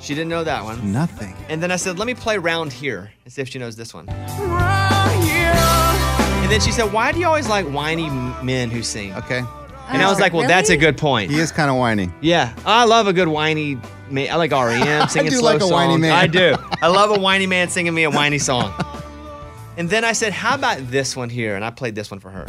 She didn't know that one. Nothing. And then I said, let me play Round Here and see if she knows this one. And then she said, why do you always like whiny m- men who sing? Okay. And I was like, well, that's a good point. He is kind of whiny. Yeah. I love a good whiny man. I like REM singing I do slow like a whiny songs. man. I do. I love a whiny man singing me a whiny song. And then I said, how about this one here? And I played this one for her.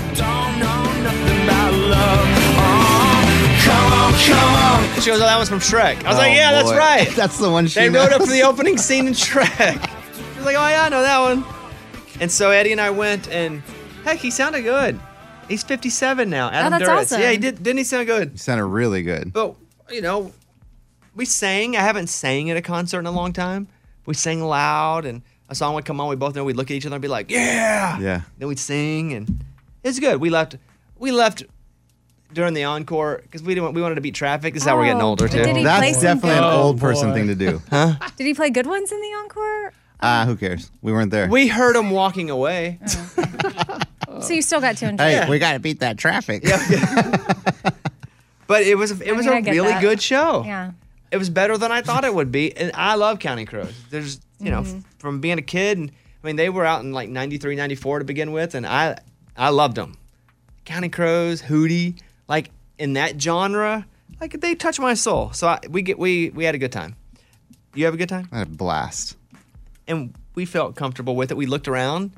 And She goes, oh, that one's from Shrek. I was like, Oh, yeah, that's boy. right. That's the one she They wrote up knows. for the opening scene in Shrek. She's like, oh yeah, I know that one. And so Eddie and I went, and heck, he sounded good. He's 57 now. Oh, Adam that's Duritz. awesome. Yeah, he did. Didn't he sound good? He sounded really good. But you know, we sang. I haven't sang at a concert in a long time. We sang loud, and a song would come on. We both know we'd look at each other and be like, yeah. Yeah. Then we'd sing, and it's good. We left. We left. During the encore, because we didn't, we wanted to beat traffic. This is how we're getting Oh, older but too. did he play That's some definitely an good- old Oh, person thing to do. huh? Did he play good ones in the encore? Ah, who cares? We weren't there. We heard him walking away. So you still got to enjoy. Hey, it. we got to beat that traffic. But it was it was mean, I a get really that. good show. Yeah. It was better than I thought it would be, and I love Counting Crows. There's you know Mhm. f- from being a kid, and I mean they were out in like 93, 94 to begin with, and I I loved them. Counting Crows, Hootie, like in that genre, like they touch my soul. So I, we get we we had a good time. You have a good time? I had a blast. And we felt comfortable with it. We looked around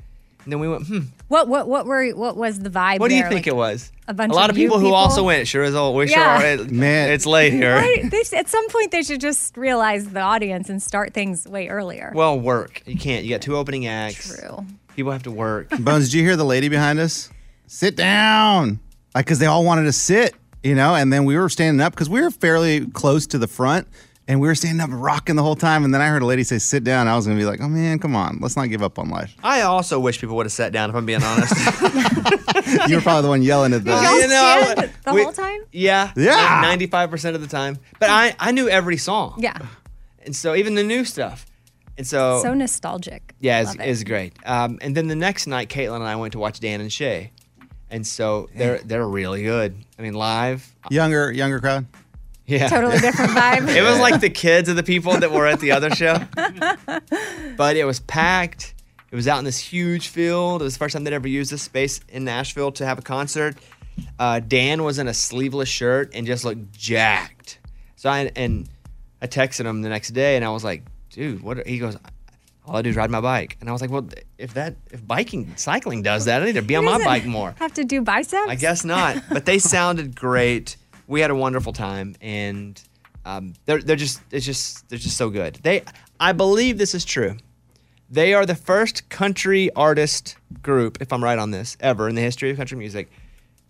and then we went, hmm. What what what were what was the vibe? What do you there? think Like, it was? a bunch a lot of of, people, you who people? also went. It Sure is all. We Yeah. sure are. It, Man, it's late here. Why- they s- at some point, they should just realize the audience and start things way earlier. Well, work. You can't. You got two opening acts. True. People have to work. Bones, did you hear the lady behind us? Sit down. Like, because they all wanted to sit, you know, and then we were standing up because we were fairly close to the front and we were standing up rocking the whole time. And then I heard a lady say, sit down. I was going to be like, oh man, come on. Let's not give up on life. I also wish people would have sat down. If I'm being honest. you were probably the one yelling at Did the. y'all You know, stand the we- whole time? yeah. Yeah. Ninety-five percent of the time. But I I knew every song, Yeah. and so even the new stuff, and so So nostalgic. oh. yeah, it's, Love it. it's great. Um, and then the next night, Caitlin and I went to watch Dan and Shay, and so they're they're really good. I mean, live. Younger, younger crowd. Yeah. Totally different vibe. It was like the kids of the people that were at the other show. but it was packed. It was out in this huge field. It was the first time they'd ever used this space in Nashville to have a concert. Uh, Dan was in a sleeveless shirt and just looked jacked. So I and I texted him the next day and I was like, dude, what? Are, he goes, all I do is ride my bike. And I was like, well, if that if biking cycling does that, I need to be on my Doesn't bike more. Have to do biceps? I guess not. But they sounded great. We had a wonderful time, and um, they're they're just it's just they're just so good. They I believe this is true. They are the first country artist group, if I'm right on this, ever in the history of country music,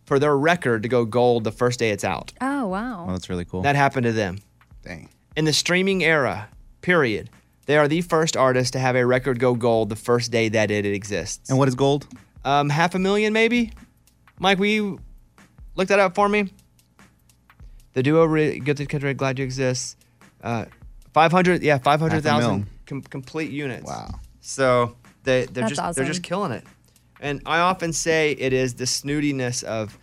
for their record to go gold the first day it's out. Oh wow. that's really cool. That happened to them. Dang. In the streaming era, period. They are the first artist to have a record go gold the first day that it exists. And what is gold? Um, half a million, maybe. Mike, will you look that up for me? The duo re- Gifted Country, Glad You Exist. Uh, 500, yeah, Half a 500,000 mil. com- complete units. Wow. So they, they're, That's just, awesome. they're just killing it. And I often say it is the snootiness of,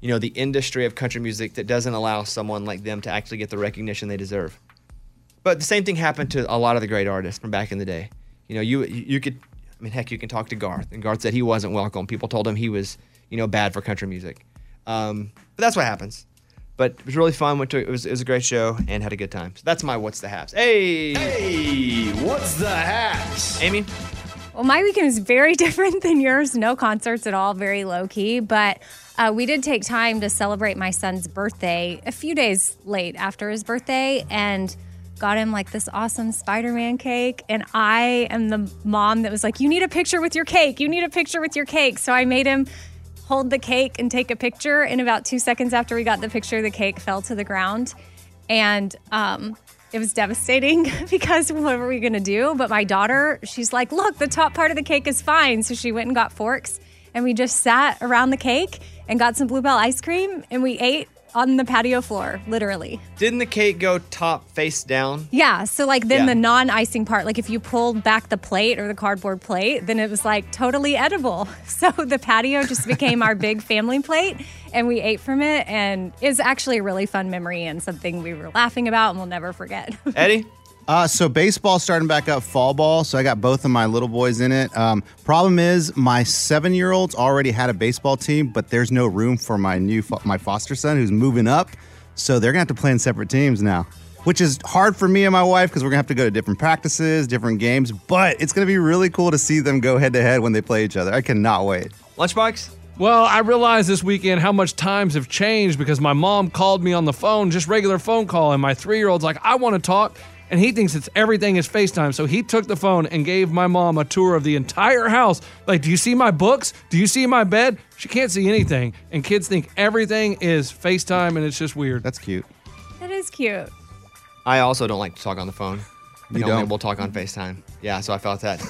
you know, the industry of country music that doesn't allow someone like them to actually get the recognition they deserve. But the same thing happened to a lot of the great artists from back in the day. You know, you you could, I mean, heck, you can talk to Garth, and Garth said he wasn't welcome. People told him he was, you know, bad for country music. Um, but that's what happens. But it was really fun. Went to it was it was a great show and had a good time. So that's my what's the haps. Hey, hey, what's the haps? Amy, Well, my weekend is very different than yours. No concerts at all, very low key. But uh, we did take time to celebrate my son's birthday a few days late after his birthday and got him like this awesome Spider Man cake. And I am the mom that was like, You need a picture with your cake. You need a picture with your cake. So I made him hold the cake and take a picture. And about two seconds after we got the picture, the cake fell to the ground. And um, it was devastating because what were we going to do? But my daughter, she's like, look, the top part of the cake is fine. So she went and got forks and we just sat around the cake and got some bluebell ice cream and we ate on the patio floor, literally. didn't the cake go top face down? Yeah. So, like, then Yeah. the non icing part, like, if you pulled back the plate or the cardboard plate, then it was like totally edible. So, the patio just became our big family plate and we ate from it. And it's actually a really fun memory and something we were laughing about and we'll never forget. Eddie? Uh, so baseball starting back up fall ball. So I got both of my little boys in it. Um, problem is my seven year olds already had a baseball team, but there's no room for my new fo- my foster son who's moving up. So they're gonna have to play in separate teams now, which is hard for me and my wife because we're gonna have to go to different practices, different games. But it's gonna be really cool to see them go head to head when they play each other. I cannot wait. Lunchbox? Well, I realized this weekend how much times have changed because my mom called me on the phone, just regular phone call, and my three year old's like, I want to talk. And he thinks it's everything is FaceTime. So he took the phone and gave my mom a tour of the entire house. Like, do you see my books? Do you see my bed? She can't see anything. And kids think everything is FaceTime and it's just weird. That's cute. that is cute. I also don't like to talk on the phone. You and only don't? We'll talk on FaceTime. Yeah, so I felt that.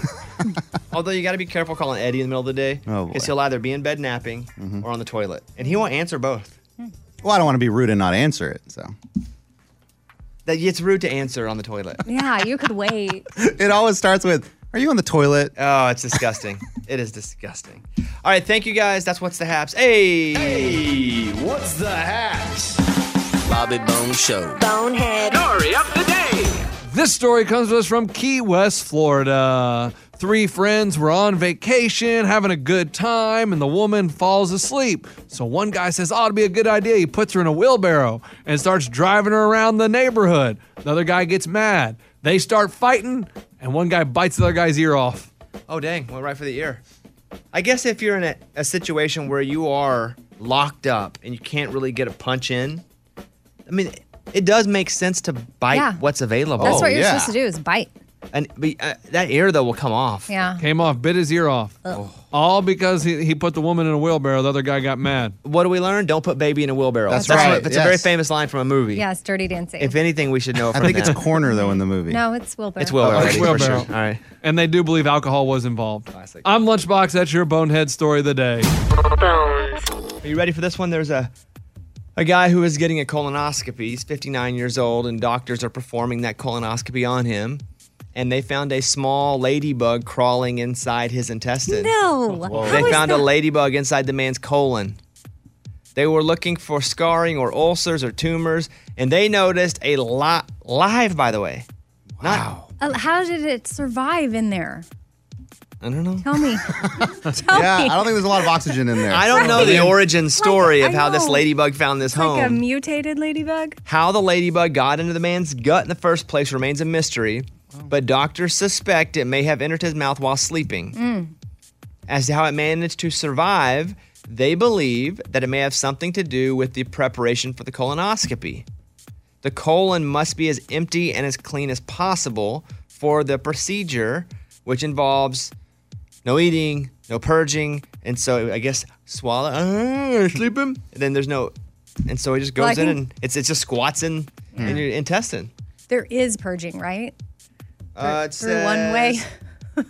Although you got to be careful calling Eddie in the middle of the day Oh, Mm-hmm. because he'll either be in bed napping or on the toilet, and he won't answer both. Well, I don't want to be rude and not answer it. So That it's rude to answer on the toilet. Yeah, you could wait. it always starts with, "Are you on the toilet?" Oh, it's disgusting. it is disgusting. All right, thank you guys. That's what's the haps. Hey, hey, what's the haps? Bobby Bone Show. Bonehead. Story up the day. This story comes to us from Key West, Florida. Three friends were on vacation, having a good time, and the woman falls asleep. So one guy says, Oh, it'd be a good idea. He puts her in a wheelbarrow and starts driving her around the neighborhood. Another guy gets mad. They start fighting, and one guy bites the other guy's ear off. Oh, dang. Went right for the ear. I guess if you're in a, a situation where you are locked up and you can't really get a punch in, I mean, it does make sense to bite Yeah. what's available. That's what you're Oh, supposed to do is bite. And but, uh, that ear, though, will come off. Yeah. Came off, bit his ear off. Ugh. All because he, he put the woman in a wheelbarrow. The other guy got mad. What do we learn? Don't put baby in a wheelbarrow. That's, what- right. It's a very famous line from a movie. Yeah, it's dirty dancing. If anything, we should know. I think it's corner though in the movie. no, it's Wilbur. It's Wilbur. It's already, for wheelbarrow. sure. All right. And they do believe alcohol was involved. I'm Lunchbox. That's your bonehead story of the day. Are you ready for this one? There's a a guy who is getting a colonoscopy. He's 59 years old, and doctors are performing that colonoscopy on him. And they found a small ladybug crawling inside his intestine. No. How They is found a that- ladybug inside the man's colon. They were looking for scarring or ulcers or tumors, and they noticed a lot live, by the way. Wow. Uh, How did it survive in there? I don't know. Tell me. Tell yeah, me. I don't think there's a lot of oxygen in there. I don't know the origin story Like, of I how this know. ladybug found this It's home. like a mutated ladybug. How the ladybug got into the man's gut in the first place remains a mystery, but doctors suspect it may have entered his mouth while sleeping. Mm. As to how it managed to survive, they believe that it may have something to do with the preparation for the colonoscopy. The colon must be as empty and as clean as possible for the procedure, which involves no eating, no purging, and so I guess swallow, uh, sleep him, and then there's no, and so it just goes Well, I in think- and it's it just squats in in your intestine. There is purging, right? Uh, it Through one way. says-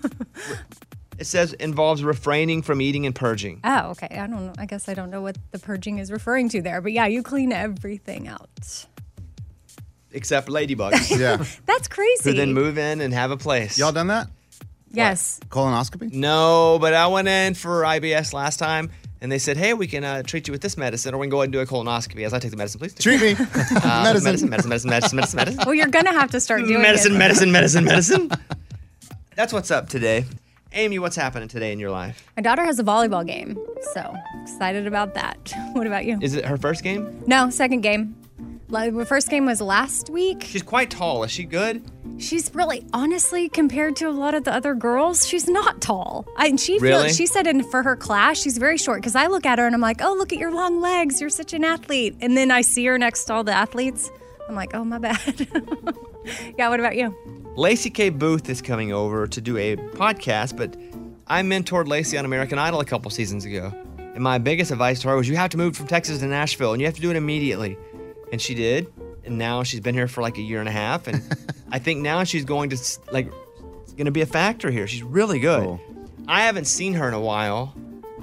It says involves refraining from eating and purging. Oh, okay. I don't know. I guess I don't know what the purging is referring to there, but yeah, you clean everything out. except ladybugs. yeah. That's crazy. Uh, Who then move in and have a place. Y'all done that? Yes. Colonoscopy? No, but I went in for IBS last time. And they said, hey, we can uh, treat you with this medicine, or we can go ahead and do a colonoscopy. As I take the medicine, please. Uh, Treat me. Medicine. medicine, medicine, medicine, medicine, medicine, medicine. Well, you're gonna have to start doing medicine, it. medicine, medicine, medicine. That's what's up today. Amy, what's happening today in your life? My daughter has a volleyball game, so excited about that. What about you? Is it her first game? no, second game. Like, The first game was last week. She's quite tall. Is she good? She's really, honestly, compared to a lot of the other girls, she's not tall. I, and she Really? feels, she said in for her class, she's very short. Because I look at her and I'm like, oh, look at your long legs. You're such an athlete. And then I see her next to all the athletes. I'm like, oh, my bad. yeah, what about you? Lacey K. Booth is coming over to do a podcast, but I mentored Lacey on American Idol a couple seasons ago. And my biggest advice to her was you have to move from Texas to Nashville and you have to do it immediately. And she did. And now she's been here for like a year and a half. And I think now she's going to, s- like, it's going to be a factor here. She's really good. I haven't seen her in a while.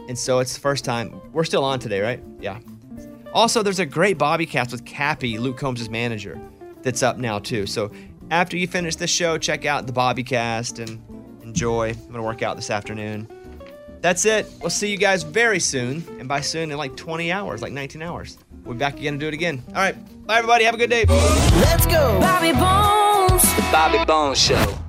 And so it's the first time. We're still on today, right? Yeah. Also, there's a great Bobby cast with Cappy, Luke Combs' manager, that's up now too. So after you finish this show, check out the Bobby cast and enjoy. I'm gonna work out this afternoon. That's it. We'll see you guys very soon. And by soon in like 20 hours, like 19 hours. We'll be back again to do it again. All right. Bye everybody. Have a good day. Let's go. Bobby Bones. The Bobby Bones Show.